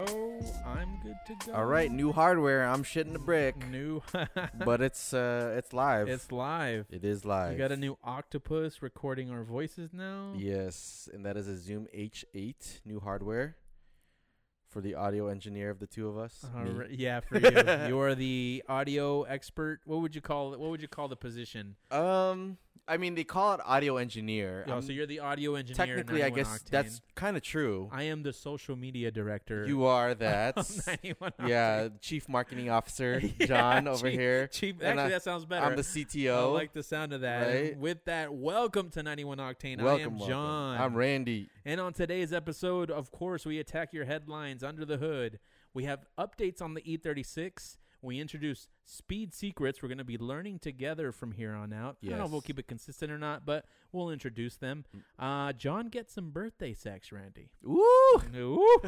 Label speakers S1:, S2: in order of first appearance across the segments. S1: Oh, I'm good to go.
S2: All right, new hardware. I'm shitting the brick,
S1: New.
S2: but it's uh, it's live.
S1: it's live.
S2: it is live.
S1: We got a new octopus recording our voices now.
S2: Yes, and that is a Zoom H8 new hardware for the audio engineer of the two of us.
S1: All
S2: me.
S1: right. Yeah, for you. you are the audio expert. What would you call it? What would you call the position?
S2: Um, I mean they call it audio engineer.
S1: Oh,
S2: I'm-
S1: so you're the audio engineer.
S2: technically, I
S1: 91
S2: guess
S1: Octane.
S2: that's kind of true.
S1: I am the social media director.
S2: You are
S1: of
S2: that.
S1: 91
S2: yeah, chief marketing officer
S1: Octane. Yeah,
S2: John over
S1: chief-
S2: here.
S1: chief-
S2: And
S1: actually,
S2: I-
S1: that sounds better.
S2: I'm the
S1: I
S2: CTO.
S1: like the sound of that. And
S2: right?
S1: With that, welcome to 91 Octane. I am
S2: welcome, welcome.
S1: John.
S2: I'm Randy.
S1: And on today's episode, of course, we attack your headlines under the hood. We have updates on the E36. We introduce speed secrets. We're going to be learning together from here on out. I don't know if
S2: Yes.
S1: we'll keep it consistent or not, but we'll introduce them. Uh, John gets some birthday sex, Randy.
S2: Woo!
S1: Ooh.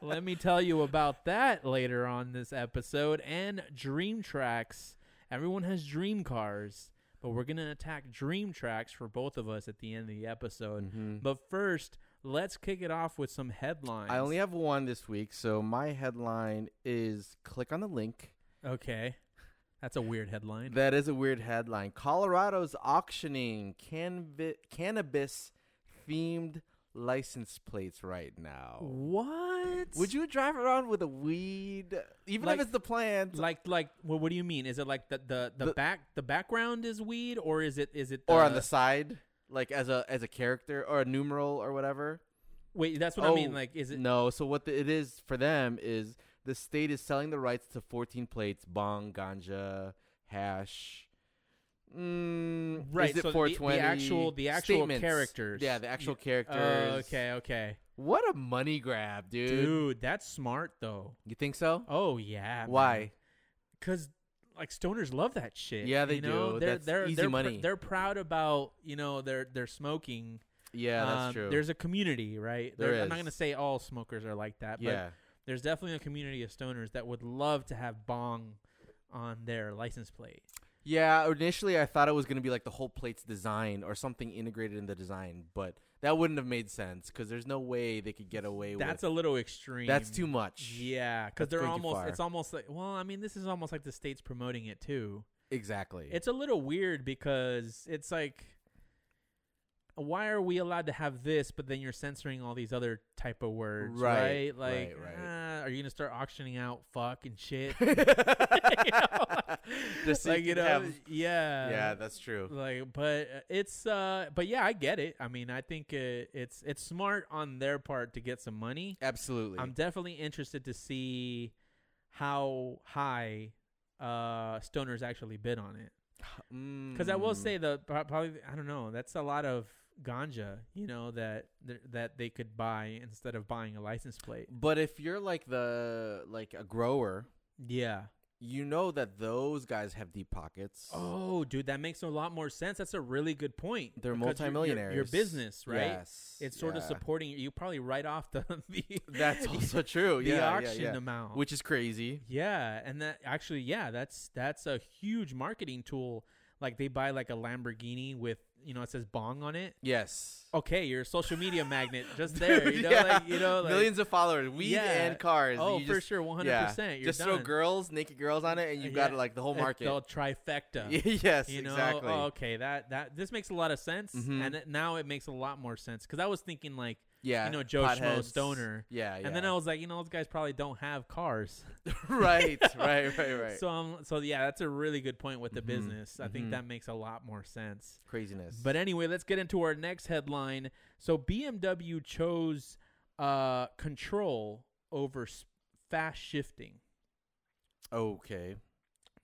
S1: Let me tell you about that later on this episode. And Dream Tracks. Everyone has dream cars, but we're going to attack Dream Tracks for both of us at the end of the episode.
S2: Mm-hmm.
S1: But first, let's kick it off with some headlines.
S2: I only have one this week, so my headline is click on the link.
S1: Okay. That's a weird headline.
S2: That is a weird headline. Colorado's auctioning canvi- cannabis themed license plates right now.
S1: Oh. What?
S2: Would you drive around with a weed, even
S1: Like-
S2: if it's the plant,
S1: like like well, what do you mean? Is it like the the, the,
S2: The-
S1: back the background is weed or is it is it
S2: or on the side, like as a as a character or a numeral or whatever?
S1: Wait, that's what I mean.
S2: Oh,
S1: Like is it
S2: No. So what the, it is for them is the state is selling the rights to 14 plates, bong, ganja, hash. Mm,
S1: Right,
S2: Is it
S1: so the- the
S2: 420?
S1: actual- the actual
S2: Statements.
S1: characters.
S2: Yeah, the actual
S1: Oh,
S2: characters.
S1: okay, okay.
S2: What a money grab, dude.
S1: Dude, that's smart though.
S2: You think so?
S1: Oh yeah.
S2: Why?
S1: Because like stoners love that shit.
S2: Yeah, they
S1: you know?
S2: do.
S1: They're,
S2: That's
S1: they're,
S2: easy
S1: they're pr-
S2: money.
S1: they're proud about you know their their smoking.
S2: Yeah, that's
S1: Um,
S2: true.
S1: There's a community, right?
S2: There
S1: I'm not
S2: is.
S1: gonna say all smokers are like that,
S2: yeah.
S1: but there's definitely a community of stoners that would love to have bong on their license plate.
S2: Yeah, initially I thought it was going to be like the whole plate's design or something integrated in the design, but that wouldn't have made sense cuz there's no way they could get away
S1: That's
S2: with
S1: a little extreme.
S2: That's too much.
S1: Yeah, because
S2: That's
S1: they're
S2: going too
S1: almost.
S2: far.
S1: It's almost like. Well, I mean, this is almost like the state's promoting it too.
S2: Exactly.
S1: It's a little weird because it's like why are we allowed to have this but then you're censoring all these other type of words, right?
S2: Right, right,
S1: Like
S2: right.
S1: ah, are you going to start auctioning out fuck and shit?
S2: Just so you
S1: like
S2: can
S1: you know, uh,
S2: have-
S1: yeah.
S2: yeah, that's true.
S1: like but uh, it's uh but yeah, I get it. I mean, I think uh it's it's smart on their part to get some money.
S2: Absolutely.
S1: I'm definitely interested to see how high uh stoners actually bid on it. Because I will
S2: Mm.
S1: say the pro- probably I don't know that's a lot of ganja you know that th- that they could buy instead of buying a license plate.
S2: But if you're like the like a grower,
S1: Yeah.
S2: you know that those guys have deep pockets.
S1: Oh, dude, that makes a lot more sense. That's a really good point.
S2: They're
S1: because your- your-
S2: multimillionaires.
S1: Your, business, right?
S2: Yes.
S1: It's sort of
S2: yeah.
S1: supporting you. Probably write off the the,
S2: That's also true.
S1: the
S2: Yeah, yeah,
S1: auction
S2: yeah.
S1: amount.
S2: which is crazy.
S1: yeah, and that actually, yeah, that's that's a huge marketing tool. Like they buy like a Lamborghini with you know it says Bong on it.
S2: Yes.
S1: Okay, you're a social media magnet just there.
S2: Dude,
S1: you know,
S2: yeah.
S1: like you know, like,
S2: millions of followers, weed
S1: Yeah.
S2: and cars.
S1: Oh,
S2: You
S1: for
S2: just-
S1: sure, one hundred
S2: yeah.
S1: percent. You're
S2: Just
S1: done.
S2: throw girls, naked girls on it, and you've
S1: Yeah.
S2: got like the whole
S1: It's
S2: market.
S1: the trifecta.
S2: yes,
S1: you know,
S2: exactly.
S1: oh, okay, that that this makes a lot of sense,
S2: Mhm.
S1: and it, now it makes a lot more sense because I was thinking like,
S2: yeah,
S1: you know, Joe Schmo
S2: potheads.
S1: stoner.
S2: Yeah, yeah.
S1: and then I was like, you know, those guys probably don't have cars,
S2: right, right, right, right.
S1: So um, so yeah, that's a really good point with the
S2: Mhm.
S1: business. I think
S2: Mhm.
S1: that makes a lot more sense.
S2: Craziness.
S1: But anyway, let's get into our next headline. So BMW chose uh control over s fast shifting.
S2: okay,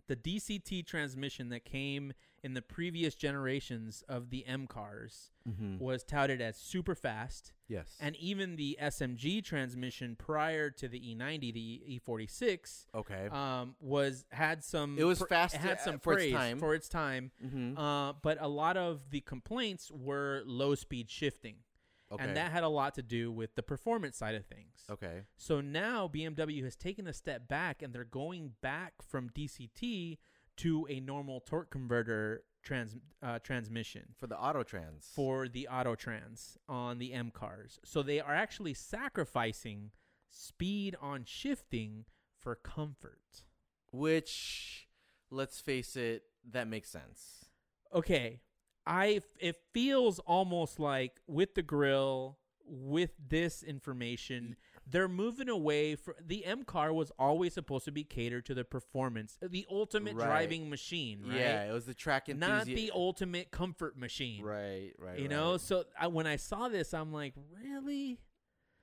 S1: the DCT transmission that came in the previous generations of the M cars
S2: mm-hmm.
S1: was touted as super fast,
S2: yes,
S1: and even the SMG transmission prior to the E90, the E46,
S2: okay,
S1: um, was had some.
S2: It was
S1: pra-
S2: fast
S1: it had
S2: at-
S1: some
S2: for its
S1: praise
S2: time.
S1: for its time.
S2: mm-hmm.
S1: Uh, but a lot of the complaints were low speed shifting,
S2: okay,
S1: and that had a lot to do with the performance side of things.
S2: okay,
S1: So now BMW has taken a step back and they're going back from DCT to a normal torque converter trans uh, transmission
S2: for the auto trans
S1: for the auto trans on the M cars. So they are actually sacrificing speed on shifting for comfort.
S2: Which, let's face it, that makes sense.
S1: Okay, I it feels almost like with the grill with this information they're moving away from the M car was always supposed to be catered to the performance, the ultimate
S2: Right.
S1: driving machine, right?
S2: Yeah, it was the track
S1: Not
S2: enthusiast.
S1: the ultimate comfort machine.
S2: right, right.
S1: You
S2: right.
S1: know, so I, when I saw this, I'm like, really?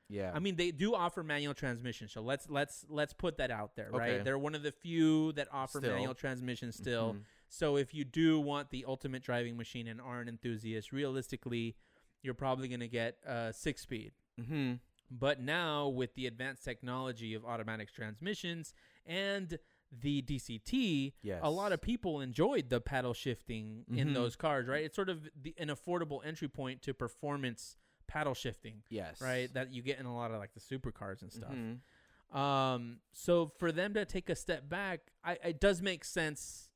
S2: yeah,
S1: I mean, they do offer manual transmission, so let's let's let's put that out there, right?
S2: Okay.
S1: They're one of the few that offer
S2: Still.
S1: manual transmission still.
S2: Mhm.
S1: So if you do want the ultimate driving machine and are an enthusiast, realistically, you're probably going to get uh, six speed.
S2: Mhm.
S1: But now with the advanced technology of automatic transmissions and the DCT,
S2: Yes.
S1: a lot of people enjoyed the paddle shifting in
S2: Mhm.
S1: those cars, right? It's sort of the, an affordable entry point to performance paddle shifting
S2: yes,
S1: right? That you get in a lot of like the supercars and stuff.
S2: Mhm.
S1: Um, so for them to take a step back, I, it does make sense.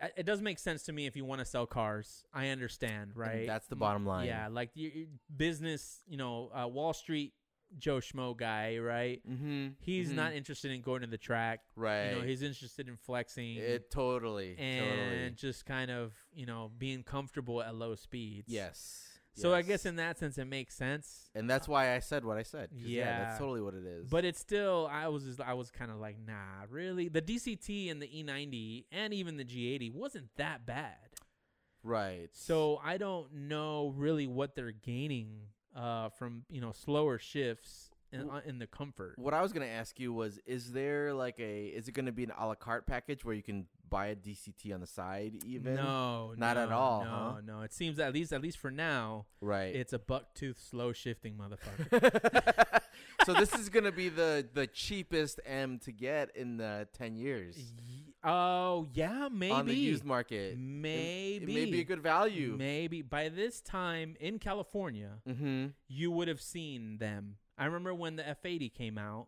S1: I- It does make sense to me if you want to sell cars. I understand,
S2: And
S1: right?
S2: That's the bottom line.
S1: Yeah, like your your business, you know, uh, Wall Street Joe Schmo guy, right?
S2: Mm-hmm.
S1: He's not interested in going to the track.
S2: right.
S1: You know, he's interested in flexing
S2: it totally,
S1: and
S2: totally.
S1: just kind of, you know, being comfortable at low speeds.
S2: Yes.
S1: So I
S2: yes.
S1: guess in that sense, it makes sense.
S2: and that's why I said what I said. 'cause Yeah,
S1: Yeah.
S2: that's totally what it is.
S1: But it's still, I was just, I was kind of like, nah, really. The DCT and the E90 and even the G80 wasn't that bad.
S2: right.
S1: So I don't know really what they're gaining uh, from you know slower shifts in,
S2: W-
S1: uh, in the comfort.
S2: What I was gonna ask you was, is there like a, is it gonna be an a la carte package where you can buy a DCT on the side even?
S1: no,
S2: Not
S1: no,
S2: at all,
S1: No,
S2: huh?
S1: no. It seems at least at least for now,
S2: right.
S1: it's a buck tooth slow shifting motherfucker.
S2: so this is gonna be the the cheapest M to get in the ten years
S1: Y- oh yeah, maybe
S2: on the used market.
S1: maybe
S2: It may be a good value.
S1: Maybe by this time in California,
S2: mm-hmm.
S1: you would have seen them. I remember when the F80 came out.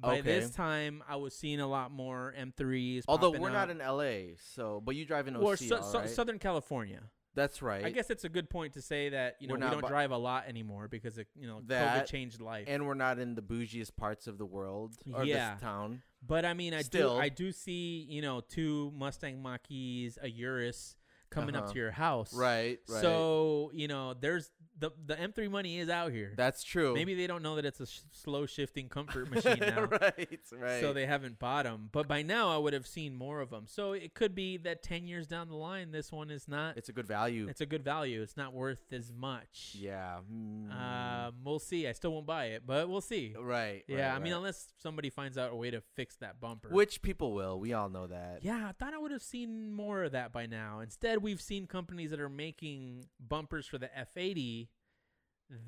S1: By this
S2: Okay.
S1: time, I was seeing a lot more M3s.
S2: Although
S1: popping
S2: we're not
S1: up.
S2: in LA, so but you drive in OC,
S1: or so, so,
S2: alright?
S1: Southern California.
S2: That's right.
S1: I guess it's a good point to say that you know
S2: We're
S1: we
S2: not
S1: don't
S2: bu-
S1: drive a lot anymore because it, you know COVID
S2: That
S1: changed life.
S2: and we're not in the bougiest parts of the world or
S1: Yeah.
S2: this town.
S1: but I mean, I
S2: still-
S1: do I do see you know two Mustang mach a Urus coming up
S2: Uh-huh.
S1: to your house.
S2: Right, right.
S1: So you know, there's the the M3 money is out here.
S2: that's true.
S1: Maybe they don't know that it's a sh- slow shifting comfort machine now.
S2: right, right.
S1: So they haven't bought them, but by now I would have seen more of them. So it could be that ten years down the line, this one is not. It's,
S2: it's a good value.
S1: a good value. It's not worth as much.
S2: yeah. mm,
S1: Um, we'll see. I still won't buy it, but we'll see.
S2: right.
S1: yeah.
S2: right,
S1: I mean,
S2: right.
S1: unless somebody finds out a way to fix that bumper.
S2: which people will. We all know that.
S1: Yeah, I thought I would have seen more of that by now. Instead, we've seen companies that are making bumpers for the F80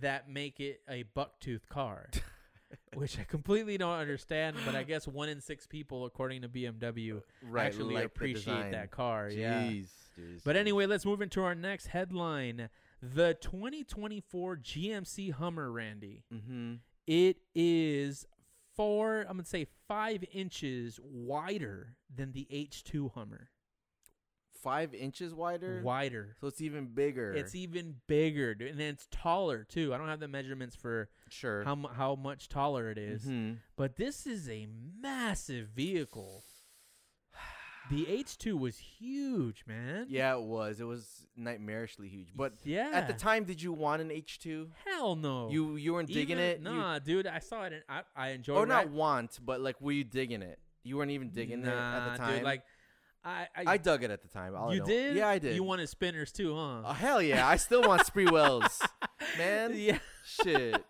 S1: that make it a bucktooth car, which I completely don't understand. But I guess one in six people, according to BMW,
S2: Right.
S1: actually
S2: like the
S1: appreciate
S2: design.
S1: that car.
S2: Jeez,
S1: Yeah.
S2: jeez,
S1: But
S2: jeez.
S1: anyway, let's move into our next headline. The 2024 GMC Hummer, Randy.
S2: Mhm.
S1: It is four, I'm going to say five inches wider than the H2 Hummer.
S2: five inches wider.
S1: Wider.
S2: So it's even bigger.
S1: It's even bigger, dude, and then it's taller too. I don't have the measurements for
S2: sure.
S1: how Mm-hmm. mu- how much taller it is,
S2: Mhm.
S1: but this is a massive vehicle. The H2 was huge, man.
S2: Yeah, it was. It was nightmarishly huge. But
S1: yeah,
S2: at the time, did you want an H two?
S1: hell no.
S2: You you weren't digging
S1: Even-
S2: it. You-
S1: Nah, dude, I saw it and I I enjoyed.
S2: or not
S1: ride-
S2: want, but like, were you digging it? You weren't even digging it
S1: Nah,
S2: at the time.
S1: Dude, like I I,
S2: I dug it at the time. I'll
S1: you
S2: admit.
S1: did.
S2: Yeah, I did.
S1: You wanted spinners too,
S2: Oh,
S1: huh?
S2: hell yeah! I still want Spree Wells, man.
S1: yeah,
S2: Shit.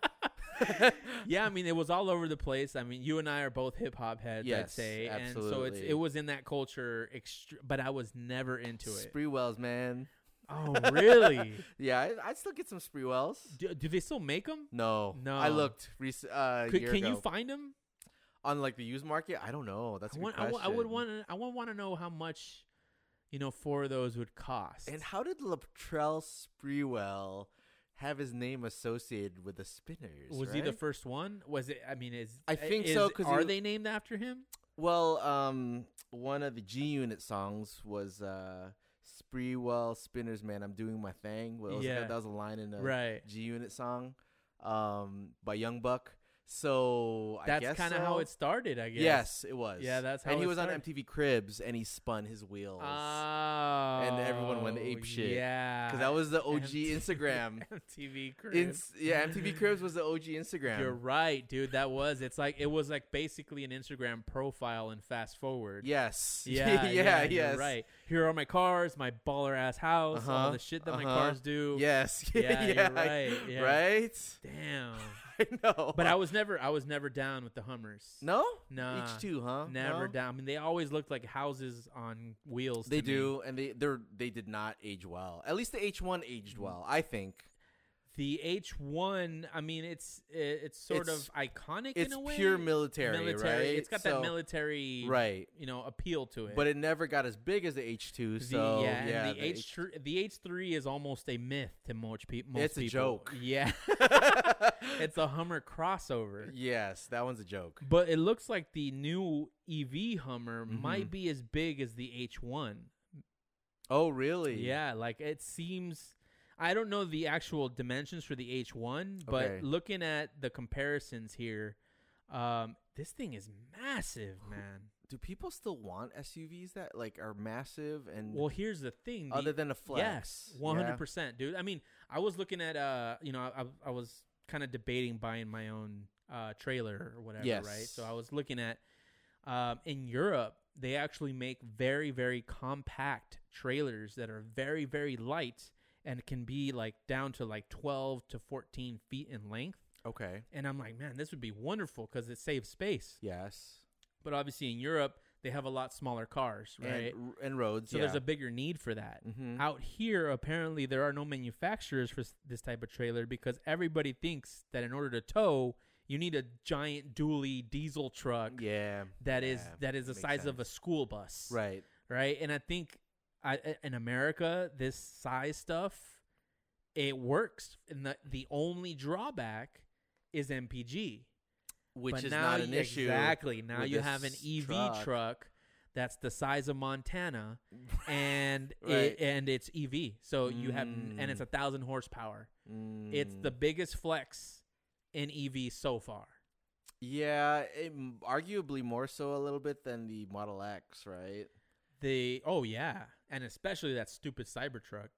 S1: yeah, I mean, it was all over the place. I mean, you and I are both hip hop heads, I'd
S2: Yes,
S1: say, and so it's
S2: absolutely.
S1: it was in that culture. Extr- but I was never into it.
S2: Spree Wells, man.
S1: oh, really?
S2: Yeah, I, I'd still get some Spree Wells.
S1: do, do they still make them?
S2: No,
S1: No.
S2: I looked. Rec- uh, a
S1: Could,
S2: year
S1: can you
S2: ago.
S1: find them?
S2: on like the used market? I don't know. That's a
S1: I,
S2: good
S1: want, I, wa- I
S2: question.
S1: would want. to I would want to know how much, you know, four of those would cost.
S2: And how did Latrell Sprewell have his name associated with the spinners?
S1: was he the
S2: right?
S1: first one? Was it? I mean, is uh,
S2: I think
S1: is-
S2: so, 'cause he
S1: are
S2: was-
S1: they named after him?
S2: Well, um, one of the G Unit songs was uh, Spreewell Spinners Man, I'm doing my thing. Well, it was-
S1: Yeah.
S2: that was a line in a
S1: Right.
S2: G Unit song um, by Young Buck. So I
S1: That's
S2: guess
S1: kind of
S2: so.
S1: how it started, I guess.
S2: Yes, it was.
S1: Yeah, that's how
S2: And he
S1: it
S2: was on
S1: started.
S2: MTV Cribs, and he spun his wheels.
S1: Oh.
S2: everyone went ape shit.
S1: Yeah.
S2: Because that was the OG
S1: MTV
S2: Instagram.
S1: MTV Cribs.
S2: Ins- yeah, MTV Cribs was the OG Instagram.
S1: You're right, dude. That was. It's like it was like basically an Instagram profile and fast forward.
S2: Yes.
S1: Yeah.
S2: yeah.
S1: you're
S2: yes.
S1: right. Here are my cars, my baller ass house, all
S2: Uh-huh,
S1: the shit that my
S2: uh-huh.
S1: cars do.
S2: Yes.
S1: Yeah, you're right, yeah.
S2: Right?
S1: Damn.
S2: I know.
S1: But I was never I was never down with the Hummers.
S2: no.
S1: Nah,
S2: H two, huh?
S1: Never
S2: No?
S1: down. I mean, they always looked like houses on wheels.
S2: They
S1: to me.
S2: do, and they they're they did not age well. At least the H one aged
S1: Mm-hmm.
S2: well, I think.
S1: The H one. I mean, it's it, it's sort
S2: It's-
S1: of iconic
S2: It's
S1: in a way.
S2: pure military, right?
S1: It's got
S2: So-
S1: that military
S2: right?
S1: you know appeal to it.
S2: But it never got as big as the H two.
S1: The-
S2: So
S1: yeah, and the,
S2: the
S1: H three, the H three is almost a myth to most, peop most
S2: It's a
S1: people.
S2: joke.
S1: Yeah, it's a Hummer crossover.
S2: yes, that one's a joke.
S1: But it looks like the new EV Hummer
S2: Mhm.
S1: might be as big as the H one.
S2: Oh, really?
S1: Yeah, like it seems. I don't know the actual dimensions for the H1, but
S2: Okay.
S1: looking at the comparisons here, um, this thing is massive, man.
S2: Do people still want SUVs that like are massive and
S1: Well, here's the thing. the-
S2: other than a flex?
S1: yes, one hundred percent, dude. I mean, I was looking at, uh, you know, I, I- I was kind of debating buying my own uh, trailer or whatever, right? So
S2: Yes.
S1: I was looking at, um, in Europe, they actually make very, very compact trailers that are very, very light and can be like down to like twelve to fourteen feet in length.
S2: Yeah. Okay.
S1: And I'm like, man, this would be wonderful because it saves space.
S2: Yes.
S1: But obviously, in Europe, they have a lot smaller cars, right?
S2: And, and roads.
S1: so
S2: yeah.
S1: there's a bigger need for that
S2: Mhm.
S1: out here apparently there are no manufacturers for s- this type of trailer because everybody thinks that in order to tow you need a giant dually diesel truck
S2: Yeah.
S1: that is
S2: yeah,
S1: that is the
S2: makes
S1: size of a
S2: sense.
S1: school bus
S2: Right.
S1: right and i think I, I- in america this size stuff it works and the, the only drawback is mpg
S2: Which
S1: but
S2: is
S1: now
S2: not
S1: you-
S2: an issue.
S1: exactly now
S2: with
S1: you
S2: this
S1: have an ev
S2: truck.
S1: truck that's the size of montana and
S2: Right.
S1: it, and it's EV. So you have and it's
S2: Mm.
S1: a thousand horsepower. It's
S2: Mm.
S1: the biggest flex in EV so far.
S2: Yeah, it, m- arguably more so a little bit than the Model X, right?
S1: The oh yeah, and especially that stupid Cybertruck.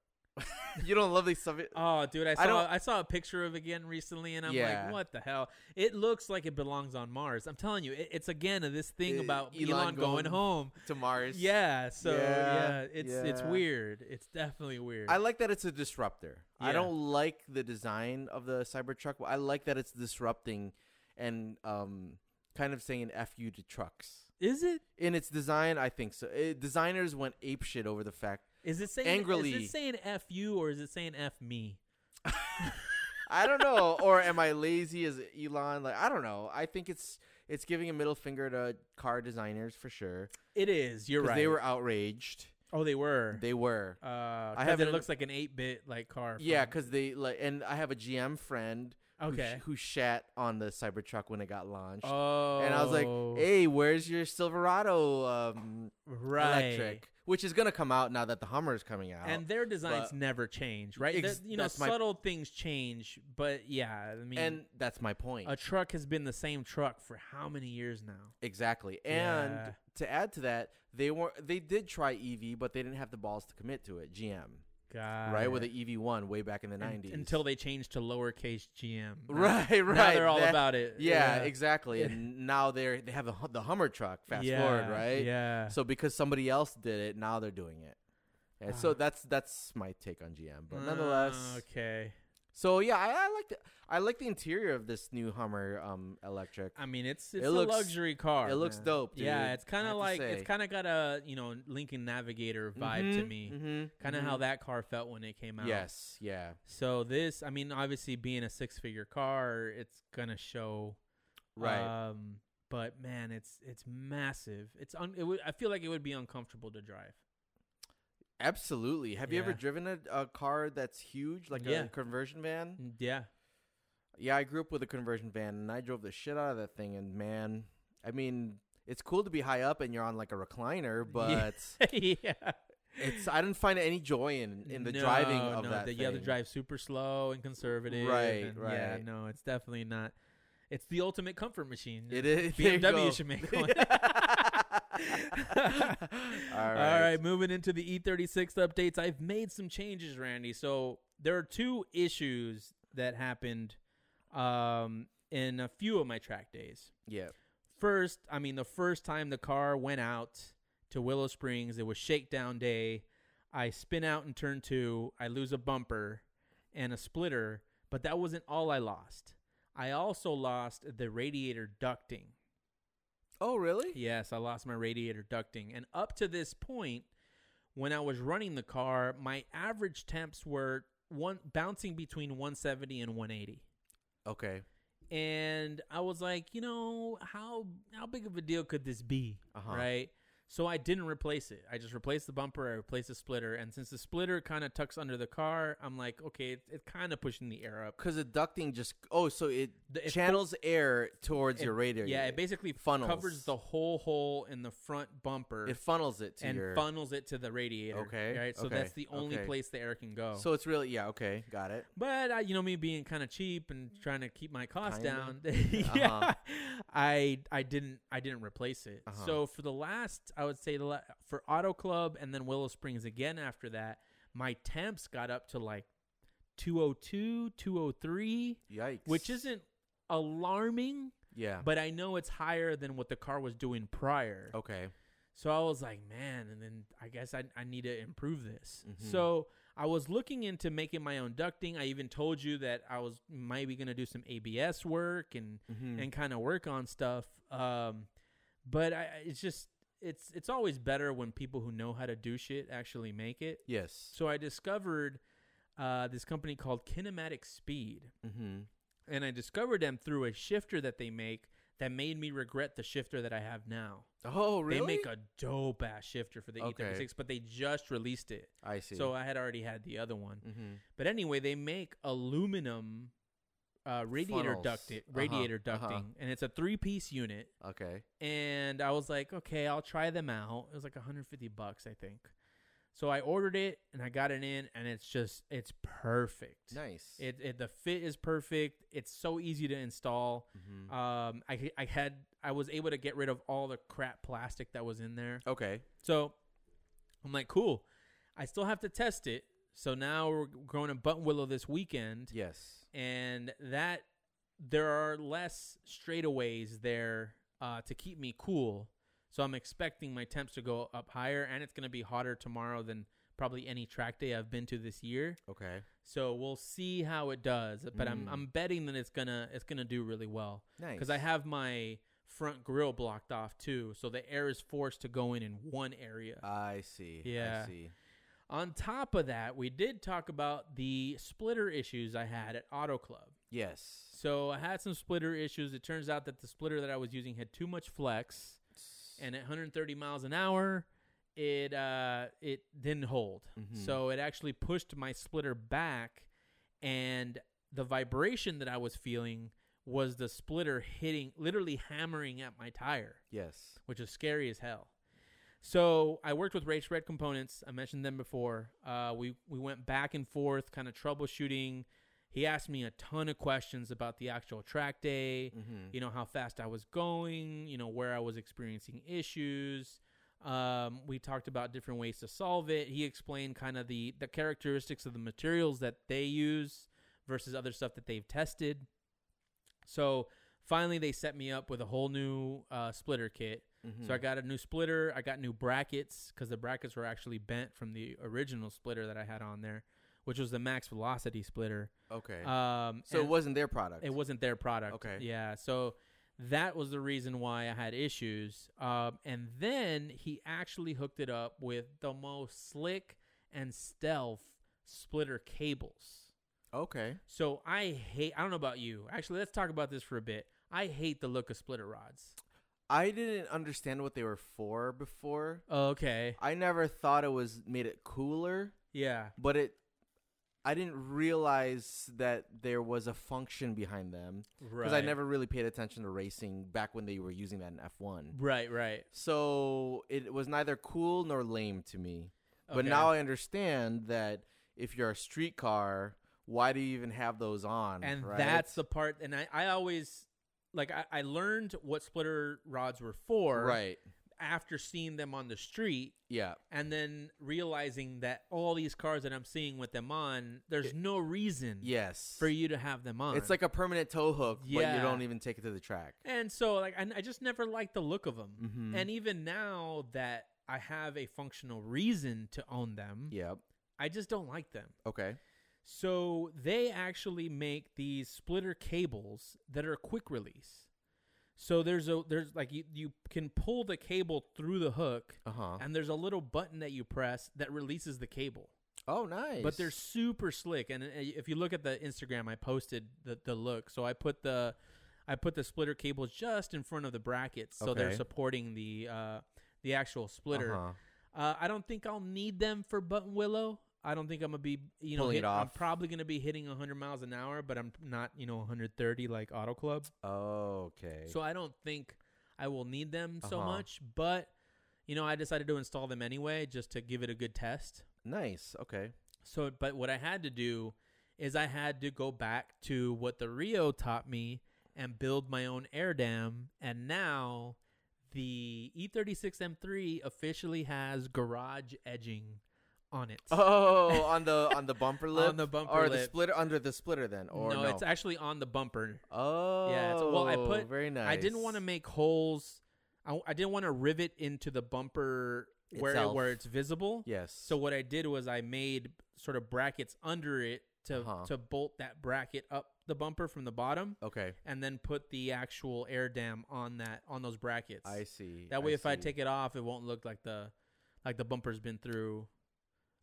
S2: you don't love these stuff.
S1: Oh dude, I
S2: I
S1: saw
S2: don't-
S1: I, saw a picture of it again recently, and I'm
S2: Yeah.
S1: like, what the hell? It looks like it belongs on Mars. I'm telling you, it, it's again this thing
S2: Uh,
S1: about Elon,
S2: Elon
S1: going
S2: going-
S1: home.
S2: to Mars.
S1: Yeah, so yeah,
S2: Yeah,
S1: it's it's
S2: yeah.
S1: weird. It's definitely weird.
S2: I like that it's a disruptor.
S1: Yeah.
S2: I don't like the design of the Cybertruck. But I like that it's disrupting and um, kind of saying an "f you" to trucks.
S1: is it
S2: In its design, I think so. Uh designers went apeshit over the fact.
S1: is it saying Is
S2: Angrily.
S1: it saying f you or is it saying f me?
S2: I don't know, or am I lazy as Elon? Like I don't know. I think it's it's giving a middle finger to car designers for sure.
S1: It is. You're
S2: 'cause
S1: right.
S2: They were outraged.
S1: Oh, they were.
S2: They were. I
S1: uh, because it
S2: haven't-
S1: looks like an eight bit like car.
S2: Yeah,
S1: from-
S2: because they like, and I have a GM friend who, sh-
S1: okay.
S2: who shat on the Cybertruck when it got launched,
S1: Oh,
S2: and I was like, "Hey, where's your Silverado um,
S1: right.
S2: electric?" Which is gonna come out now that the Hummer is coming out.
S1: And their designs
S2: but-
S1: never change, right?
S2: Ex-
S1: That- you know,
S2: that's my-
S1: subtle things change, but yeah, I mean,
S2: And that's my point
S1: a truck has been the same truck for how many years now?
S2: exactly. And
S1: Yeah.
S2: to add to that, they were they did try EV, but they didn't have the balls to commit to it. GM,
S1: God,
S2: right, with the EV one way back in the nineties
S1: Ah, until they changed to lowercase GM. Now-
S2: right, right.
S1: now they're all
S2: that-
S1: about it.
S2: Yeah, exactly.
S1: Yeah.
S2: And now they're they have the hu- the Hummer truck. Fast
S1: Yeah,
S2: forward, right?
S1: Yeah.
S2: So because somebody else did it, now they're doing it. And so
S1: Ah.
S2: that's that's my take on GM. But nonetheless,
S1: Ah, okay.
S2: so yeah, I, I like the I like the interior of this new Hummer um electric.
S1: I mean, it's it's
S2: It
S1: a
S2: looks-
S1: luxury car.
S2: it looks
S1: man.
S2: dope,
S1: Yeah,
S2: dude.
S1: it's
S2: I
S1: kind
S2: have
S1: of
S2: to
S1: like
S2: say.
S1: it's kind of got a you know Lincoln Navigator vibe
S2: Mm-hmm,
S1: to me. Kind of how that car felt when it came out.
S2: Yes, yeah,
S1: So this, I mean, obviously being a six-figure car, it's gonna show.
S2: right.
S1: Um, but man, it's it's massive. It's un- it would, I feel like it would be uncomfortable to drive.
S2: Absolutely. Have you ever
S1: yeah.
S2: driven a, a car that's huge, like
S1: Yeah.
S2: a conversion van?
S1: Mm, Yeah.
S2: Yeah, I grew up with a conversion van, and I drove the shit out of that thing. And man, I mean, it's cool to be high up and you're on like a recliner, but
S1: yeah.
S2: it's I didn't find any joy in in the driving
S1: No,
S2: of
S1: no,
S2: that.
S1: You have to
S2: thing.
S1: drive super slow and conservative.
S2: Right,
S1: and Yeah.
S2: right.
S1: No, it's definitely not. It's the ultimate comfort machine.
S2: It is there you go.
S1: BMW should make one.
S2: All
S1: All
S2: right.
S1: right, moving into the E36 updates. I've made some changes, Randy. So there are two issues that happened um, in a few of my track days.
S2: Yeah.
S1: First, I mean, the first time the car went out to Willow Springs, it was shakedown day. I spin out in turn two, I lose a bumper and a splitter, but that wasn't all I lost. I also lost the radiator ducting.
S2: Oh, really?
S1: Yes, I lost my radiator ducting. And up to this point, when I was running the car, my average temps were one bouncing between 170 and 180.
S2: Okay.
S1: And I was like, you know, how how big of a deal could this be?
S2: Uh-huh.
S1: Right? So I didn't replace it. I just replaced the bumper, I replaced the splitter, and since the splitter kind of tucks under the car, I'm like, okay, it's, it's kind of pushing the air up.
S2: Because the ducting just oh, so it
S1: The- it
S2: channels air towards
S1: it-
S2: your radar.
S1: yeah, it
S2: unit.
S1: basically
S2: funnels.
S1: covers the whole hole in the front bumper.
S2: it funnels it to
S1: and
S2: your.
S1: funnels it to the radiator.
S2: Okay,
S1: Right. So
S2: okay,
S1: that's the only
S2: okay.
S1: place the air can go.
S2: So it's really yeah. Okay, got it.
S1: but I, you know me being kind of cheap and trying to keep my costs
S2: Kinda?
S1: down, yeah,
S2: Uh-huh.
S1: I I didn't I didn't replace it.
S2: Uh-huh.
S1: So for the last, I would say the la- for Auto Club and then Willow Springs again after that, my temps got up to like 202, 203,
S2: Yikes.
S1: which isn't alarming,
S2: yeah.
S1: but I know it's higher than what the car was doing prior.
S2: Okay.
S1: So I was like, man, and then I guess I, I need to improve this.
S2: Mhm.
S1: So I was looking into making my own ducting. I even told you that I was maybe going to do some ABS work and,
S2: Mm-hmm.
S1: and kind of work on stuff. Um, but I, I- it's just, it's, it's always better when people who know how to do shit actually make it.
S2: yes.
S1: So I discovered uh, this company called Kinematic Speed.
S2: Mm-hmm.
S1: And I discovered them through a shifter that they make that made me regret the shifter that I have now.
S2: Oh, really?
S1: They make a dope ass shifter for the
S2: Okay.
S1: E36, but they just released it.
S2: I see.
S1: So I had already had the other one.
S2: mm-hmm.
S1: But anyway, they make aluminum uh, radiator
S2: Funnels.
S1: ducting,
S2: Uh-huh,
S1: radiator
S2: uh-huh.
S1: ducting, and it's a three piece unit.
S2: Okay.
S1: And I was like, okay, I'll try them out. It was like 150 bucks, I think. So I ordered it and I got it in, and it's just it's perfect.
S2: Nice.
S1: It, it the fit is perfect. It's so easy to install.
S2: mm-hmm.
S1: Um, I I had I was able to get rid of all the crap plastic that was in there.
S2: Okay.
S1: So I'm like, cool. I still have to test it. So now we're going to Button Willow this weekend,
S2: Yes.
S1: and that there are less straightaways there uh, to keep me cool. So I'm expecting my temps to go up higher, and it's going to be hotter tomorrow than probably any track day I've been to this year.
S2: Okay.
S1: So we'll see how it does, but I'm
S2: Mm.
S1: I'm betting that it's gonna it's gonna do really well
S2: Nice.
S1: because I have my front grill blocked off too, so the air is forced to go in in one area.
S2: I see.
S1: Yeah.
S2: I see.
S1: On top of that, we did talk about the splitter issues I had at Auto Club.
S2: Yes.
S1: So I had some splitter issues. It turns out that the splitter that I was using had too much flex, and at 130 miles an hour, it uh, it didn't hold.
S2: Mhm.
S1: So it actually pushed my splitter back, and the vibration that I was feeling was the splitter hitting, literally hammering at my tire
S2: Yes.
S1: which is scary as hell. So I worked with Race Red Components. I mentioned them before. Uh, we we went back and forth, kind of troubleshooting. He asked me a ton of questions about the actual track day.
S2: Mm-hmm.
S1: You know how fast I was going. You know where I was experiencing issues. Um, we talked about different ways to solve it. He explained kind of the the characteristics of the materials that they use versus other stuff that they've tested. So finally, they set me up with a whole new uh, splitter kit.
S2: Mm-hmm.
S1: So I got a new splitter. I got new brackets because the brackets were actually bent from the original splitter that I had on there, which was the max velocity splitter.
S2: okay.
S1: Um,
S2: so it
S1: and
S2: wasn't their product.
S1: it wasn't their product.
S2: Okay.
S1: Yeah. So that was the reason why I had issues. Um, and then he actually hooked it up with the most slick and stealth splitter cables.
S2: okay.
S1: So I hate. I don't know about you. Actually, let's talk about this for a bit. I hate the look of splitter rods.
S2: I didn't understand what they were for before.
S1: Okay.
S2: I never thought it was made it cooler,
S1: Yeah.
S2: but it. I didn't realize that there was a function behind them
S1: Right.
S2: because I never really paid attention to racing back when they were using that in F1.
S1: Right, right.
S2: So it was neither cool nor lame to me. But
S1: Okay.
S2: now I understand that if you're a street car, why do you even have those on?
S1: and
S2: right?
S1: that's the part. And I, I always like I, I learned what splitter rods were for
S2: right.
S1: after seeing them on the street
S2: Yeah.
S1: and then realizing that all these cars that I'm seeing with them on, there's
S2: It-
S1: no reason
S2: Yes.
S1: for you to have them on.
S2: It's like a permanent tow hook, but
S1: Yeah.
S2: you don't even take it to the track.
S1: and so like I, I just never liked the look of them.
S2: Mm-hmm.
S1: And even now that I have a functional reason to own them,
S2: yep.
S1: I just don't like them.
S2: Okay.
S1: So they actually make these splitter cables that are quick release. So there's a there's like you, you can pull the cable through the hook
S2: Uh huh.
S1: and there's a little button that you press that releases the cable.
S2: Oh, nice.
S1: But they're super slick and uh, if you look at the Instagram I posted the the look. So I put the I put the splitter cable just in front of the brackets so they're
S2: Okay.
S1: supporting the uh the actual splitter.
S2: Uh-huh.
S1: Uh, I don't think I'll need them for Button Willow. I don't think I'm gonna be, you know,
S2: Pulling it
S1: hit- I'm
S2: off.
S1: probably gonna be hitting 100 miles an hour, but I'm not, you know, 130 like Auto Club.
S2: Oh, okay.
S1: So I don't think I will need them so
S2: Uh-huh.
S1: much. But you know, I decided to install them anyway just to give it a good test.
S2: nice. Okay.
S1: So, but what I had to do is I had to go back to what the Rio taught me and build my own air dam. And now the E E36 M3 officially has garage edging on it.
S2: Oh, on the on the bumper
S1: On
S2: lip,
S1: the bumper
S2: or the
S1: lip.
S2: splitter under the splitter then, or no?
S1: no, it's actually on the bumper.
S2: oh,
S1: Yeah, it's- well, I put-
S2: very nice.
S1: I didn't want to make holes. I, I didn't want to rivet into the bumper where it,
S2: Itself.
S1: where it's visible.
S2: Yes.
S1: So what I did was I made sort of brackets under it to
S2: Uh-huh.
S1: to bolt that bracket up the bumper from the bottom.
S2: okay,
S1: and then put the actual air dam on that on those brackets.
S2: I see.
S1: that way, if I
S2: see.
S1: take it off, it won't look like the like the bumper's been through